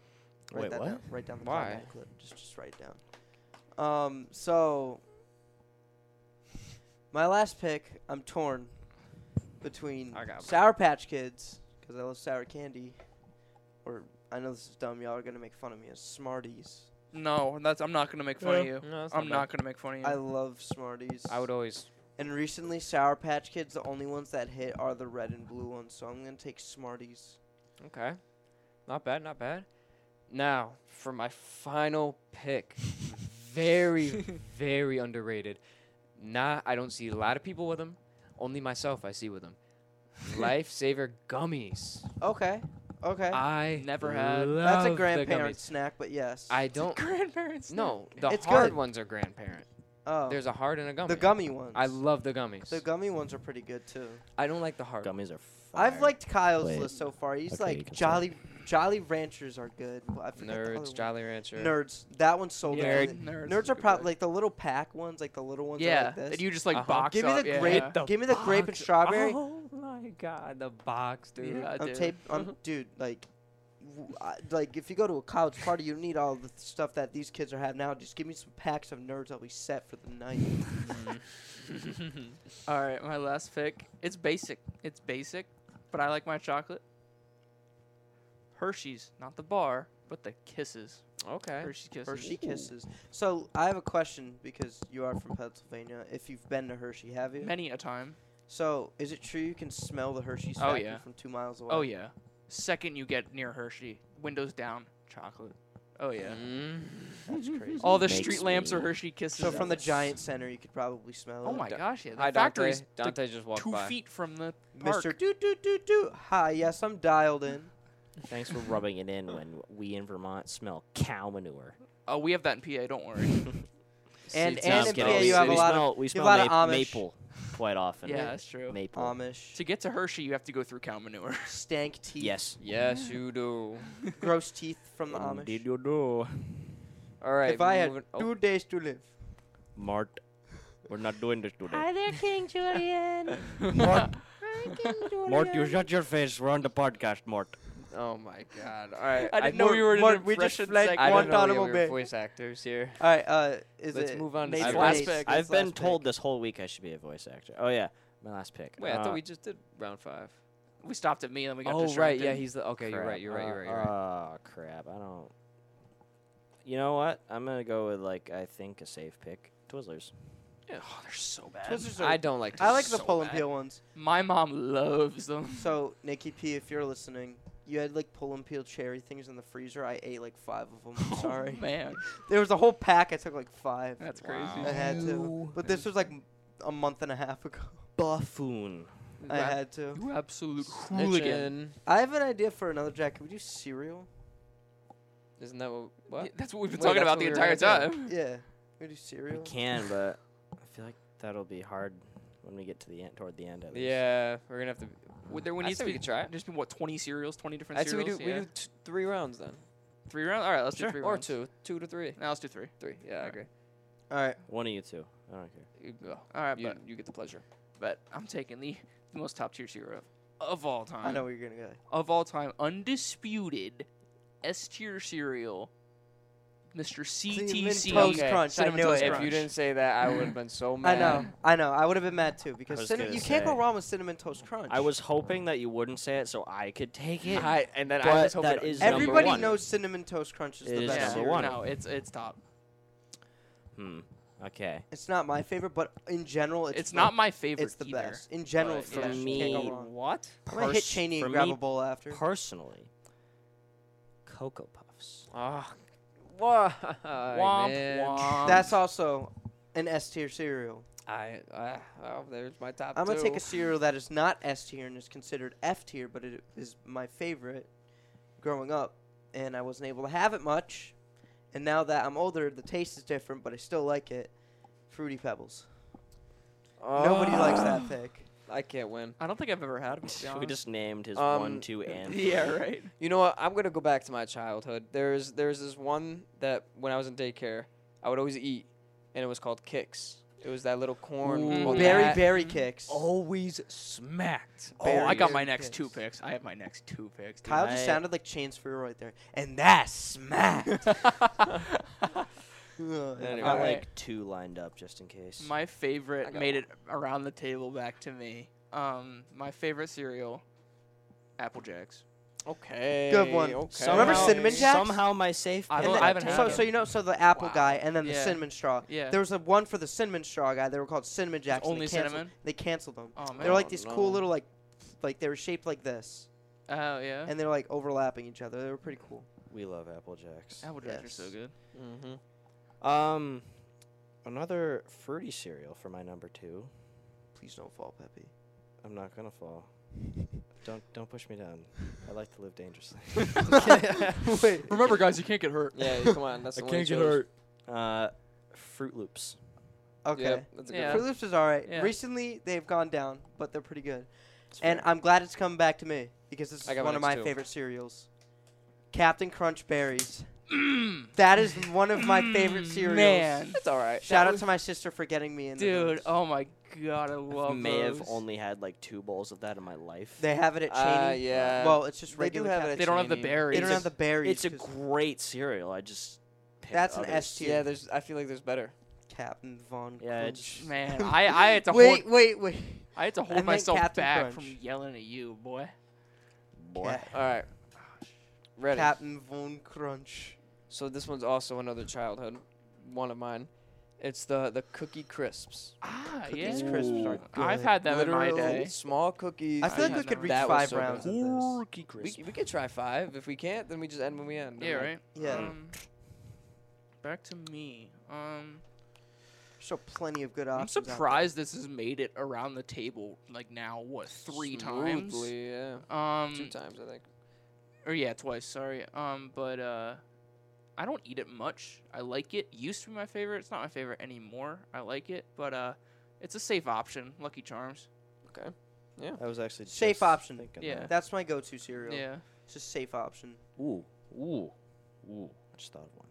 B: Write
E: Wait,
B: that
E: what?
B: Down. Write down the
C: Why?
B: Cloud Nine clip. Just, just write it down. Um. So, my last pick, I'm torn between
C: I got mine.
B: Sour Patch Kids because I love sour candy, or I know this is dumb. Y'all are gonna make fun of me as Smarties.
D: No, that's. I'm not gonna make fun of you.
C: No, that's
D: I'm
C: bad.
D: not gonna make fun of you.
B: I love Smarties.
C: I would always.
B: And recently, Sour Patch Kids, the only ones that hit are the red and blue ones. So I'm gonna take Smarties.
C: Okay. Not bad. Not bad. Now for my final pick. very, very underrated. Nah, I don't see a lot of people with them. Only myself I see with them. Lifesaver gummies.
B: Okay. Okay.
C: I
D: Never had.
B: That's a
C: love the
B: grandparent
C: gummies.
B: snack, but yes.
C: I don't.
D: Grandparents.
C: No, the
B: It's
C: hard
B: good.
C: ones are grandparent.
B: oh.
C: There's a hard and a gummy.
B: the gummy ones.
C: I love the gummies.
B: the gummy ones are pretty good too.
C: I don't like the hard.
E: Gummies are.
B: I've
E: fire.
B: liked Kyle's
E: Wait.
B: list so far. He's
E: Okay, you
B: like
E: can
B: Jolly Jolly Ranchers are good. Well, I forget the other
C: Nerds,
B: one.
C: Jolly Rancher.
B: Nerds. That one's sold out.
C: Nerd.
B: Isn't it?
D: Nerds.
B: Nerds
D: is a
B: are
D: good
B: probably
D: word.
B: like the little pack ones, like the little ones
D: Yeah.
B: that are like
D: That
B: this.
D: you just like
C: Uh-huh.
D: box
B: give me
D: up,
B: the
D: yeah.
B: grape.
C: The
B: give me the grape and
C: box.
B: strawberry.
C: Oh my god, the box, dude.
D: Yeah,
B: I'm
D: dude. Mm-hmm.
B: tape. I'm dude. Like, w- I- like if you go to a college party, you need all the stuff that these kids are having now. Just give me some packs of nerds. I'll be set for the night.
D: All right, my last pick. It's basic. It's basic, but I like my chocolate. Hershey's, not the bar, but the kisses.
C: Okay.
D: Hershey's kisses.
B: Hershey kisses. So I have a question because you are from Pennsylvania. If you've been to Hershey, have you?
D: Many a time.
B: So is it true you can smell the Hershey's
D: Oh,
B: factory
D: yeah.
B: from two miles away?
D: Oh yeah. Second you get near Hershey, windows down, chocolate. Oh yeah.
C: Mm.
B: that's crazy.
D: All the
E: Makes
D: street lamps are
E: me-
D: Hershey kisses.
B: so from the Giant Center, you could probably smell
D: Oh
B: it.
D: my
C: Da-
D: gosh, yeah. The
C: Hi, Dante.
D: factory's d-
C: Dante just walked
D: two
C: by.
D: feet from the park.
B: Mr. Do do do do. Hi, yes, I'm dialed in.
E: Thanks for rubbing it in when we in Vermont smell cow manure.
D: Oh, we have that in PA. Don't worry.
B: And-
C: Seats
B: and
C: on
B: in
E: Just
B: PA,
E: kidding.
C: stalls.
B: you have a
E: we
C: Seats-
B: lot of-
E: smell, we
B: you
E: smell
B: have a lot of
E: ma-
B: Amish.
E: maple quite often.
D: yeah, that's true.
E: Maple.
B: Amish,
D: To get to Hershey, you have to go through cow manure.
B: stank teeth,
E: yes.
C: Yes, you do.
B: gross teeth from the Amish.
E: Indeed you do.
C: All right.
B: if I had
C: moving-
B: two
C: oh,
B: days to live,
E: Mart, we're not doing this today.
F: there, King Julian.
E: Mort, Mort, you shut your face. We're on the podcast, Mort.
C: Oh my god. All right.
D: I didn't know you were in
B: Mark,
D: an
B: we just
D: impression
B: fled
D: segment.
C: I didn't know we
B: Guantanamo
C: were
B: Bay.
C: voice actors here.
B: All right, uh, is
C: Let's
B: it
C: move on to
B: Nate's
E: I've,
C: last
B: last
C: pick.
B: pick?
E: I've
B: Nate's
E: been
B: last
E: told
B: pick.
E: this whole week I should be a voice actor. Oh yeah, my last pick.
C: Wait, I
E: Uh,
C: thought we just did round five.
D: We stopped at me and then we got
C: Oh right,
D: distracted.
C: yeah, he's the okay. You're right. You're right. You're
B: Uh,
C: right. You're right.
E: Oh crap! I don't. You know what? I'm gonna go with like I think a safe pick. Twizzlers.
D: Oh, they're so bad.
B: Twizzlers are-
C: Um, I don't like.
B: I
C: this
B: like the
C: so
B: pull and
C: bad.
B: peel ones.
D: My mom loves them.
B: So Nikki P, if you're listening, you had like pull and peel cherry things in the freezer. I ate like five of them. Sorry,
D: oh, man,
B: there was a whole pack. I took like five.
D: that's crazy.
C: Wow.
B: I had to, but this was like m- a month and a half ago.
E: Buffoon.
B: I
C: Rap-
B: had to.
D: You absolute hooligan.
C: Hooligan.
B: I have an idea for another Jack. Can we do cereal?
C: Isn't that what? What?
D: Yeah, That's what we've been
C: Wait,
D: talking
C: that's
D: about
C: what
D: the
C: we were
D: entire
C: gonna do.
D: time.
B: Yeah, we do
E: We
B: cereal.
E: can, but I feel like that'll be hard when we get to the end, toward the end. At least.
C: Yeah, we're gonna have to.
D: Would there would
C: I
D: needs
C: say
D: to
C: we
D: be
C: could try it.
D: There's been what 20 cereals, 20 different
C: I say we
D: cereals.
C: do. We
D: yeah.
C: do t- three rounds then,
D: three rounds. All right, let's do
E: Sure.
D: three
C: or
D: rounds.
C: two, two to three,
D: Now let's do three.
C: three. Yeah, I
D: Alright.
C: agree.
B: All right.
E: One of you two. I don't care.
C: You, go.
D: All right,
C: You-
D: but
C: you get the pleasure.
D: but I'm taking the, the most top tier cereal of, of all time.
B: I know where you're gonna go.
E: Oh,
D: Of all time, undisputed S tier cereal, Mr. CTC.
B: Toast
C: Okay.
B: Crunch.
D: Cinnamon
B: I knew
D: Toast
B: it.
C: If
D: Crunch.
C: you didn't say that, I would have been so
B: I
C: mad.
B: know. I know. I would have been mad too because
E: was
B: cinna-
E: gonna
B: you can't go
E: say.
B: wrong with cinnamon toast crunch.
E: I was hoping that you wouldn't say it so I could take it.
C: I, and then I
E: But
C: just hope
E: that
C: it-
E: is number
B: Everybody
E: one.
B: knows cinnamon toast crunch is
E: It
B: the
E: is
B: best.
D: yeah,
E: number
B: cereal.
E: one.
D: No, it's it's top.
E: Hmm. Okay.
B: It's not my favorite, but in general, it's,
D: It's,
B: the-
D: not my favorite.
B: It's the
D: either.
B: best in general.
D: but
B: it's the
D: yeah.
B: best.
E: For
B: can't go
E: me-
B: wrong.
C: What?
B: I'm gonna hit
E: Pers-
B: Cheney
E: for
B: and grab
E: me,
B: a bowl after.
E: Personally, Cocoa Puffs.
C: Ah, why,
D: Womp
C: man?
D: womp.
B: That's also an S tier cereal.
C: I, I oh, there's my top.
B: I'm gonna take
C: two.
B: a cereal that is not S tier and is considered F tier, but it is my favorite growing up, and I wasn't able to have it much. And now that I'm older, the taste is different, but I still like it. Fruity Pebbles. Nobody likes
D: Ah.
B: that pick.
C: Oh, I can't win.
D: I don't think I've ever had them. To be
E: We
D: honest.
E: just named his
C: Um,
E: one, two, and
D: yeah,
E: three.
D: right.
C: You know what? I'm gonna go back to my childhood. There's there's this one that when I was in daycare, I would always eat, and it was called Kicks. It was that little corn.
D: Ooh.
C: well,
B: Berry
C: that
B: Berry Kicks.
E: Oh,
C: always smacked.
D: Oh, I got my
B: Berries.
D: next two picks. I have my next two picks. dude.
B: Kyle just
E: I-
B: sounded like Chains Free right there, and that smacked.
E: I
C: Anyway.
E: got
D: Alright.
E: like two lined up just in case.
D: My
C: I
D: favorite
C: got
D: made
C: one.
D: it around the table back to me. Um, my favorite cereal, Apple Jacks.
C: okay.
B: Good one.
C: Okay.
B: Remember Cinnamon Jacks?
E: Somehow my safe
D: I
E: pick.
D: don't-
B: And the-
D: I haven't had
B: so,
D: them.
B: so you know, so the apple
D: Wow.
B: guy and then the
D: Yeah.
B: cinnamon straw.
D: Yeah.
B: There was a one for the cinnamon straw guy. They were called cinnamon jacks. and
D: only
B: they canceled,
D: cinnamon?
B: They canceled them.
D: Oh man.
B: they were like
C: Oh,
B: these
C: no.
B: cool little like, like they were shaped like this,
D: oh yeah.
B: and they were like overlapping each other. They were pretty cool.
E: we love Apple Jacks.
D: Apple Jacks are so
B: Yes.
D: good.
C: Mm-hmm.
E: Um, another fruity cereal for my number two.
B: Please don't fall, Peppy.
E: I'm not gonna fall. Don't don't push me down. I like to live dangerously.
B: Wait.
D: Remember, guys, you can't get hurt.
C: Yeah, come on. That's the one you chose.
E: Uh, Fruit Loops.
B: Okay.
C: Yep, that's a good
D: Yeah.
B: Fruit Loops is all right.
D: Yeah.
B: Recently, they've gone down, but they're pretty good.
E: It's
B: And
E: fair.
B: I'm glad it's come back to me because this is
C: I got my
B: one of my
C: next two.
B: favorite cereals. Captain Crunch berries. That is one of my favorite cereals.
D: Man,
C: That's all right.
B: Shout out to my sister for getting me in. the
D: dude.
B: rooms.
D: Oh my god, I love.
E: I may have
D: those.
E: only had like two bowls of that in my life.
B: They have it at
C: Uh,
B: Cheney.
C: yeah.
B: Well, it's just
C: They do
B: regular.
C: have
B: Cap-
C: it at
D: They don't have the
C: Cheney.
D: berries.
B: They don't have the berries.
E: it's a
B: 'cause
E: great cereal. I just picked
B: That's an
E: others.
B: S tier.
C: Yeah, there's. I feel like there's better.
B: Captain Von.
E: Yeah,
B: Crunch.
E: it's-
D: Man, I I had to
B: wait,
D: hold
B: wait, wait.
D: I had to
B: I
D: hold
B: meant
D: myself
B: Captain
D: back
B: Crunch.
D: from yelling at you, boy.
E: Boy.
B: Ca-
C: All right. Ready.
B: Captain Von Crunch.
C: So this one's also another childhood, one of mine. It's the the cookie crisps.
D: Ah, yeah.
B: Cookies crisps are
E: Ooh.
D: I've
B: good.
D: had them in my
C: Literal
D: day.
C: small cookies.
B: I feel like
D: I
B: we
D: had
B: could
D: them.
B: reach
C: That was
B: five
C: so
B: rounds of this.
C: We, we could try five. If we can't, then we just end when we end.
D: Yeah,
C: I'm like,
D: right.
B: Yeah.
D: Um, back to me. Um,
B: So plenty of good
D: I'm
B: options. out there.
D: surprised this has made it around the table like now. What three times?
C: smoothly, Yeah. Two
D: Um,
C: times, I think.
D: or yeah, twice. Sorry. Um, but uh, I don't eat it much. I like it. Used to be my favorite. It's not my favorite anymore. I like it, but uh, it's a safe option. Lucky Charms.
E: I was actually
B: Safe
E: just
B: option.
E: thinking
D: Yeah.
B: That's my go-to cereal.
D: Yeah.
B: It's a safe option.
E: that. Ooh, ooh, ooh! I just thought of one.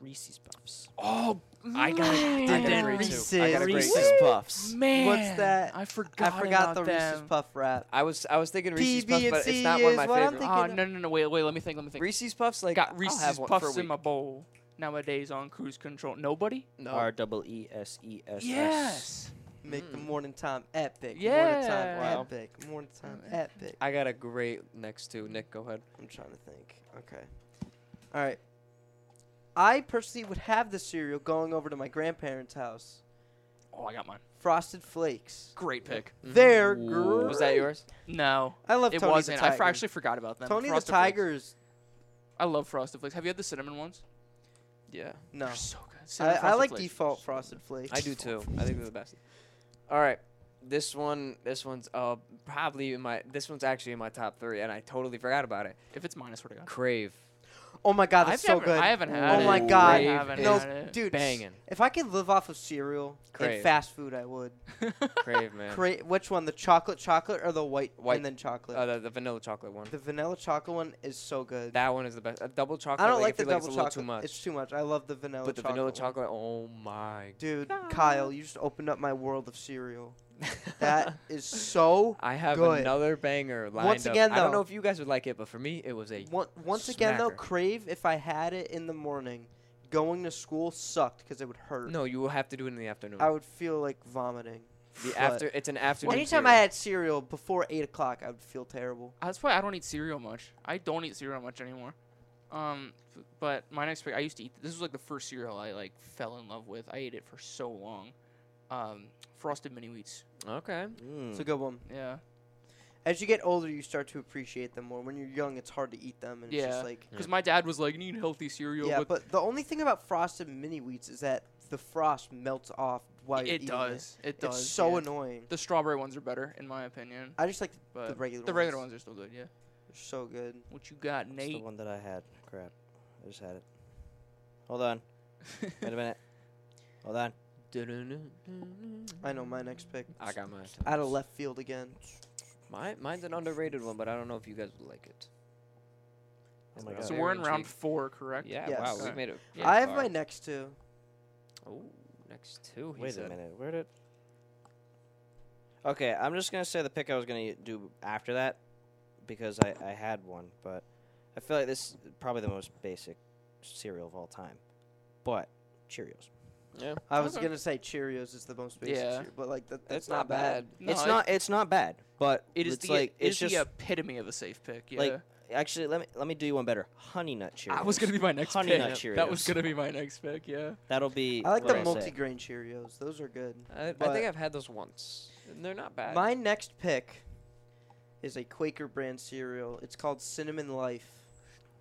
E: Reese's Puffs.
D: Oh,
C: I got it. I got
D: man.
C: a grade two. I
B: Reese's.
C: got a grade
E: Reese's
C: two.
E: Puffs.
D: Man,
B: What's that?
D: I forgot.
B: I forgot
D: about
B: the
D: them.
B: Reese's Puff rap.
C: I was I was thinking Reese's
B: PB
C: Puffs,
B: and
C: but
B: C
C: it's not one of
B: is
C: my
B: what I'm
C: favorite.
B: thinking.
D: Oh no no no! Wait wait, let me think. Let me think.
C: Reese's Puffs, like
D: got
C: I'll
D: Reese's
C: have one for a
D: Puffs
C: week.
D: in my bowl nowadays on cruise control. Nobody.
C: No,
E: R double E S E S S.
D: Yes.
B: Make the
C: Mm.
B: morning time epic. Morning time
D: Yeah.
E: Wow.
B: epic. Morning time
D: Mm.
B: epic.
C: I got a great next to Nick. Go ahead.
B: I'm trying to think. Okay. All right. I personally would have the cereal going over to my grandparents' house.
D: Oh, I got mine.
B: Frosted Flakes.
D: Great pick.
B: They're
E: Ooh.
B: great.
C: Was that yours?
D: No,
B: I love
D: it
B: Tony
D: wasn't.
B: the
D: I
B: Tiger.
D: fr- actually forgot about them.
B: Tony
D: Frosted
B: the
D: Flakes.
B: Tiger's.
D: I love Frosted Flakes. Have you had the cinnamon ones?
C: Yeah,
B: No.
D: They're so good.
B: I,
D: Cinnamon
B: I
D: Frosted
B: like
D: Flakes.
B: default Frosted Flakes.
C: I do too. I think they're the best. All right, this one, this one's uh probably in my this one's actually in my top three, and I totally forgot about it.
D: If it's mine, I swear to God.
C: Crave,
B: Oh my god, that's
D: I've
B: so
D: never,
B: good.
D: I haven't had
B: Oh
D: it.
B: my god.
D: I
C: Crave
D: haven't
C: is
D: had it.
B: Dude, s-
C: banging.
B: if I could live off of cereal and
C: Crave.
B: fast food, I would.
C: Crave, man.
B: Cra- which one? The chocolate chocolate or the white,
C: White-
B: and then chocolate?
C: Uh, the, the vanilla chocolate one.
B: the vanilla chocolate one is so good.
C: That one is the best. A double chocolate.
B: I don't like
C: like,
B: the
C: feel like
B: double
C: it's a
B: chocolate.
C: Little too much.
B: It's too much. I love the vanilla
C: but the
B: chocolate.
C: vanilla
B: one.
C: chocolate. Oh my.
B: Dude,
D: Ah.
B: Kyle, you just opened up my world of cereal. That is so.
C: I have
B: Good.
C: another banger lined
B: Once
C: up.
B: again,
C: I
B: though-
C: don't know if you guys would like it, but for me, it was a.
B: Once, once again, though,
C: Smacker.
B: crave. If I had it in the morning, going to school sucked because it would hurt.
C: No, you will have to do it in the afternoon.
B: I would feel like vomiting.
C: the
B: but-
C: after, it's an afternoon.
B: Anytime I
C: cereal.
B: had cereal before eight o'clock, I would feel terrible.
D: That's why I don't eat cereal much. I don't eat cereal much anymore. Um, f- but my next pick, I used to eat. This was like the first cereal I like fell in love with. I ate it for so long. Um, Frosted Mini Wheats.
C: Okay.
E: Mm.
B: It's a good one.
D: Yeah,
B: As you get older, you start to appreciate them more. When you're young, it's hard to eat them, and it's
D: Yeah.
B: just like
D: because my dad was like, "You need healthy cereal."
B: yeah.
D: with
B: But the only thing about frosted mini wheats is that the frost melts off while you're
D: it
B: eating
D: does. It,
B: It.
D: does.
B: It's so
D: yeah.
B: annoying.
D: The strawberry ones are better, in my opinion.
B: I just like
D: But
B: the regular.
D: the regular ones are still good. Yeah.
B: They're so good.
D: What you got,
E: It's the
D: Nate?
E: one that I had. Crap. I just had it. Hold on. Wait a minute. Hold on. Oh
B: I know my next pick.
C: I got mine.
B: Out of left field again.
C: My, mine's an underrated one, but I don't know if you guys would like it.
E: Oh my
C: So
E: god.
D: so
C: very
D: we're in round
C: intrigued.
D: four, correct?
C: Yeah.
B: Yes.
C: Wow.
D: Okay.
C: We made it.
D: Yeah,
B: I have my next two.
C: Oh, next two. He
E: Wait
C: said.
E: a minute. Where did? Okay, I'm just gonna say the pick I was gonna do after that, because I I had one, but I feel like this is probably the most basic cereal of all time. But Cheerios.
C: Yeah.
B: I was
D: Okay.
B: gonna say Cheerios is the most basic,
D: Yeah.
B: cere- but like that, that's,
C: That's not bad.
D: No,
E: it's
D: it-
E: not. It's not bad, but
D: It is
E: it's
D: the
E: like
D: it
E: it's
D: is
E: just
D: the epitome of a safe pick. Yeah.
E: like- actually. Let me let me do you one better. Honey Nut Cheerios.
D: I was gonna be my next
E: Honey
D: pick.
E: Nut Cheerios.
D: That was gonna be my next pick. Yeah.
E: That'll be.
B: I like
E: what
B: the
E: I say.
B: multi-grain Cheerios. Those are good.
C: I, I
B: But-
C: think I've had those once. And they're not bad.
B: My next pick is a Quaker brand cereal. It's called Cinnamon Life.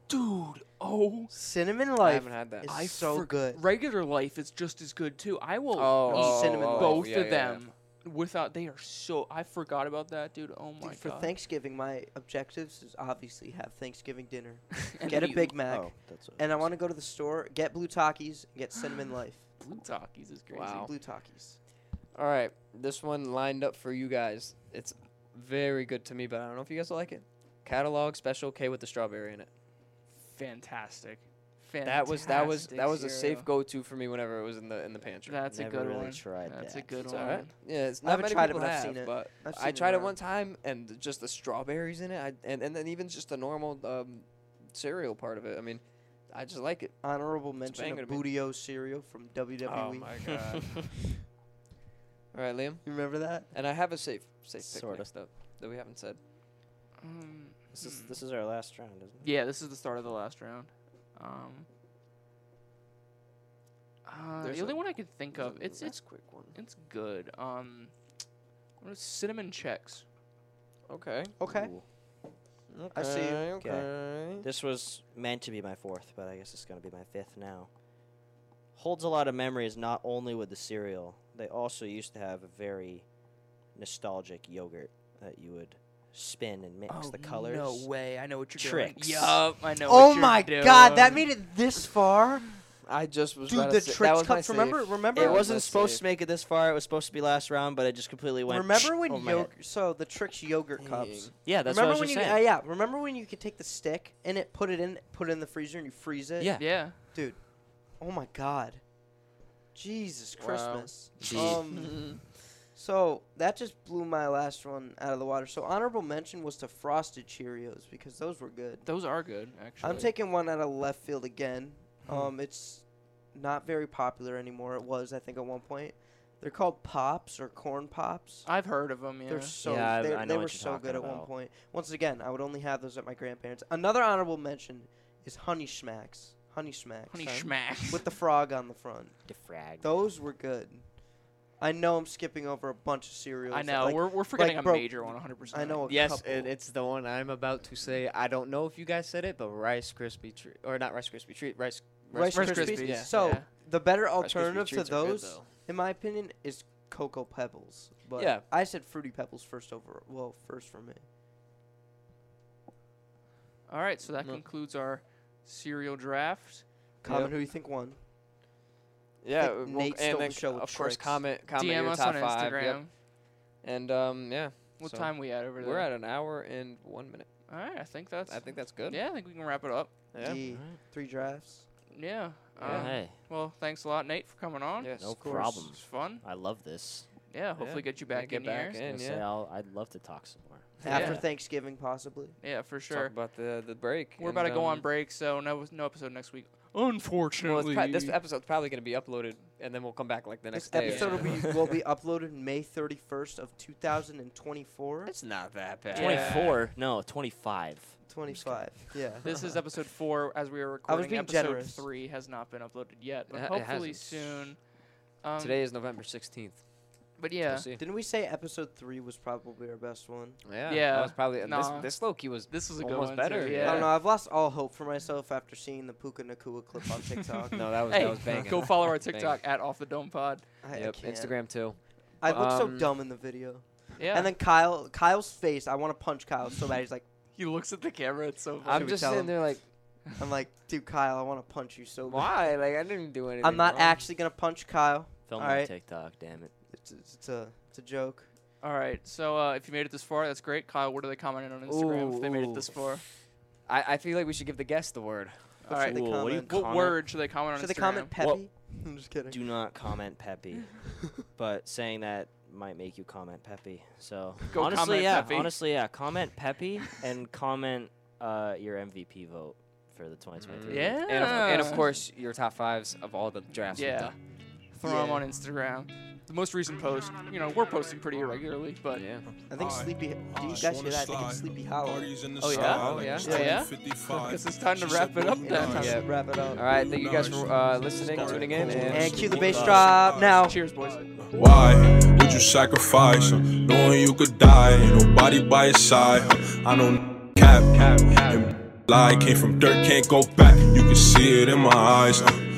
D: Dude. Oh.
B: Cinnamon
C: I
B: Life
C: haven't had that.
B: is
D: I
B: so
D: forg-
B: good.
D: Regular life is just as good too. I will
C: Oh,
D: eat
B: oh, cinnamon oh,
D: both
C: yeah,
D: of
C: yeah, yeah.
D: them without. They are so. I forgot about that, dude. Oh my
B: Dude, for
D: god.
B: Thanksgiving, my objectives is obviously have Thanksgiving dinner,
D: And
B: get a
D: you-
B: Big Mac,
E: Oh, that's what it
B: and I
E: is.
B: want to go to the store, get blue Takis, and get Cinnamon Life.
D: Blue Takis is crazy.
C: Wow.
B: Blue Takis.
C: All right, this one lined up for you guys. It's very good to me, but I don't know if you guys will like it. Catalog Special K with the strawberry in it.
D: Fantastic.
C: that was that was
D: Fantastic
C: that was a
D: cereal.
C: safe go-to for me whenever it was in the in the pantry.
D: That's a
E: Never
D: good
E: really
D: one.
E: tried
D: That's a
E: that.
D: good
C: It's
D: one.
C: all right. Yeah, it's
B: I
C: not
B: haven't
C: many
B: tried it,
C: people
B: but I've
C: have,
B: seen it.
C: but
B: I've
C: I
B: seen
C: tried it
B: around.
C: one time, and th- just the strawberries in it, I, and and then even just the normal um, cereal part of it. I mean, I just like it.
B: Honorable mention
C: banger
B: of
C: to me.
B: Budio cereal from E. WWE.
C: god! All right, Liam,
B: You remember that?
C: and I have a safe safe pick
E: Sorta.
C: next up that we haven't said.
D: Um,
E: This is
D: hmm.
E: this is our last round, isn't it?
D: Yeah, this is the start of the last round. Um, uh,
C: There's
D: the only
C: a-
D: one I could think
C: There's
D: of,
C: a
D: it's
C: last
D: it's
C: quick one.
D: it's good. Um, what is cinnamon checks?
C: Okay.
B: Okay.
E: Ooh.
B: I see you.
C: Okay.
E: This was meant to be my fourth, but I guess it's going to be my fifth now. Holds a lot of memories, not only with the cereal, they also used to have a very nostalgic yogurt that you would spin and mix the colors.
D: Oh, No way! I know what you're
E: Tricks.
D: doing. Yup, I know.
B: Oh
D: what you're
B: my god, that
D: doing.
B: made it this far.
C: I just was
B: Dude,
C: about
B: the
C: to say, that
B: Trix
C: was my
B: cups. Remember,
C: safe.
B: remember,
E: It
C: That was
E: wasn't
C: my
E: supposed
C: save.
E: to make it this far. It was supposed to be last round, but it just completely went.
B: remember when
E: over Oh my head.
B: yogurt? So the Trix yogurt cups.
C: Dang.
E: Yeah, that's
B: remember
E: what I
B: when
E: was
B: you?
E: just
B: Uh,
E: saying.
B: yeah, remember when you could take the stick and it put it in, put it in the freezer and you freeze it.
E: Yeah.
D: Yeah.
B: dude, Oh my God. Jesus
C: Wow.
B: Christmas.
E: Deep.
B: Um. So that just blew my last one out of the water. So honorable mention was to Frosted Cheerios because those were good.
D: Those are good, actually.
B: I'm taking one out of left field again.
E: Hmm.
B: Um, it's not very popular anymore. It was, I think, at one point. They're called pops or corn pops.
D: I've heard of them. Yeah.
B: They're so
E: Yeah, I-
B: they,
E: I know
B: they
E: what
B: were
E: you're
B: so
E: talking
B: good at one
E: about.
B: point. Once again, I would only have those at my grandparents. Another honorable mention is Honey Smacks. Honey Smacks.
D: Honey
B: huh?
D: smacks.
B: with the frog on the front.
E: Defrag.
B: Those were good. I know I'm skipping over a bunch of cereals.
D: I know.
B: like-
D: we're, we're forgetting
B: like,
D: a
B: bro,
D: major one, 100. percent
B: I know. A
C: Yes,
B: couple.
C: and it's the one I'm about to say. I don't know if you guys said it, but Rice Krispie treat or not Rice Krispie treat, Rice
B: Rice,
D: Rice
B: Krispies.
D: Krispies, yeah.
B: So
D: Yeah.
B: the better
C: Rice Krispie
B: alternative to
C: treats are good,
B: those,
C: though.
B: in my opinion, is Cocoa Pebbles. But
C: Yeah.
B: I said Fruity Pebbles first over. Well, first for me.
D: All right, so that
C: No.
D: concludes our cereal draft.
B: Comment who you think won.
C: Yeah,
B: think
C: well,
B: Nate
C: and
B: stole
C: then
B: the show with
C: of course
B: tricks.
C: comment comment
D: DM
C: your
D: us
C: top
D: on
C: five,
D: Instagram.
C: yep. And um yeah,
D: What
C: So,
D: time we at over there?
C: we're at an hour and one minute.
D: All right, I think that's.
C: I think that's good.
D: Yeah, I think we can wrap it up.
C: Yeah.
B: The three drafts.
D: Yeah.
C: Yeah.
D: um, Well, thanks a lot, Nate, for coming on.
C: Yes.
E: No
C: of course.
E: problem.
D: It was fun.
E: I love this.
D: Yeah. Hopefully get you back
C: get
D: in
C: back
D: here.
C: in.
E: Gonna
C: yeah.
E: say I'll, I'd love to talk some more.
B: After
D: Yeah.
B: Thanksgiving, possibly.
D: Yeah, for
C: Talk
D: sure.
C: about the the break.
D: We're about to
C: and,
D: go on
C: um,
D: break, so no no episode next week.
C: Well, it's
D: Unfortunately.
C: prob- this episode's probably going to be uploaded, and then we'll come back like the
B: This
C: next day. or
B: episode will
C: something.
B: be, will be uploaded May 31st of 2024.
C: It's not that bad.
D: Yeah.
E: 24? No, 25.
B: 25. Yeah.
D: This is episode four as we were recording.
B: being
D: episode
B: generous.
D: three has not been uploaded yet, but
C: It ha- it
D: hopefully
C: hasn't.
D: soon. Um,
C: Today is November sixteenth.
D: But yeah,
B: Didn't we say episode three was probably our best one?
C: Yeah.
D: Yeah.
C: That was probably and
D: Nah.
C: this this low key was
D: this was a good
C: Almost
D: one.
C: better,
D: Too.
C: yeah.
B: I don't know. I've lost all hope for myself after seeing the Puka Nakua clip on TikTok.
C: no that was
D: Hey,
C: that was banging.
D: go follow our
C: Banging.
D: TikTok at Off the Dome Pod.
B: I,
C: Yep.
B: I can't.
C: Instagram too.
B: I look so
C: Um,
B: dumb in the video.
D: Yeah.
B: And then Kyle, Kyle's face. I want to punch Kyle so bad. He's like,
D: he looks at the camera. It's so.
C: I'm
B: we
C: just
B: tell
C: sitting
B: him?
C: there like,
B: I'm like, dude, Kyle, I want to punch you so bad.
C: why? Like I didn't do anything.
B: I'm not
C: wrong.
B: actually gonna punch Kyle.
E: Film
B: All
E: on
B: right.
E: TikTok, damn it.
B: It's, it's, it's a it's a joke.
D: All right. So uh, if you made it this far, that's great. Kyle, what are they commenting on Instagram if they made
C: Ooh,
D: it this far?
C: I, I feel like we should give the guest the word.
D: All
B: should
D: right.
B: they
E: Ooh, what do you
B: comment?
D: What
E: comment?
D: word should they comment on
B: Should
D: Instagram?
B: they comment Peppy? I'm just kidding.
E: Do not comment Peppy. but saying that might make you comment Peppy. So
D: Go
E: honestly,
D: comment
E: yeah,
D: Peppy.
E: honestly, yeah, comment Peppy and comment uh, your MVP vote for the 2023.
C: Mm.
D: Yeah.
C: And of, and of course your top fives of all the drafts. we've
D: Yeah.
C: done.
D: Throw them on Instagram. The most recent post, you know, we're posting pretty irregularly, but
C: yeah.
B: I
C: uh,
B: think Sleepy. Do you guys hear that? I think it's Sleepy Hollow.
D: Oh, yeah?
C: Oh, yeah?
D: Yeah, yeah?
A: Because
D: Guess it's time to wrap it up
B: Yeah, time
D: then.
B: to wrap it up.
C: All right. Thank you guys for uh, listening, tuning in,
B: And cue the bass
A: Uh,
B: drop now.
D: Cheers, boys.
A: Why would you sacrifice uh, knowing you could die? Ain't nobody by your side. uh, I don't cap, cap, cap. And lie came from dirt, can't go back. You can see it in my eyes. uh,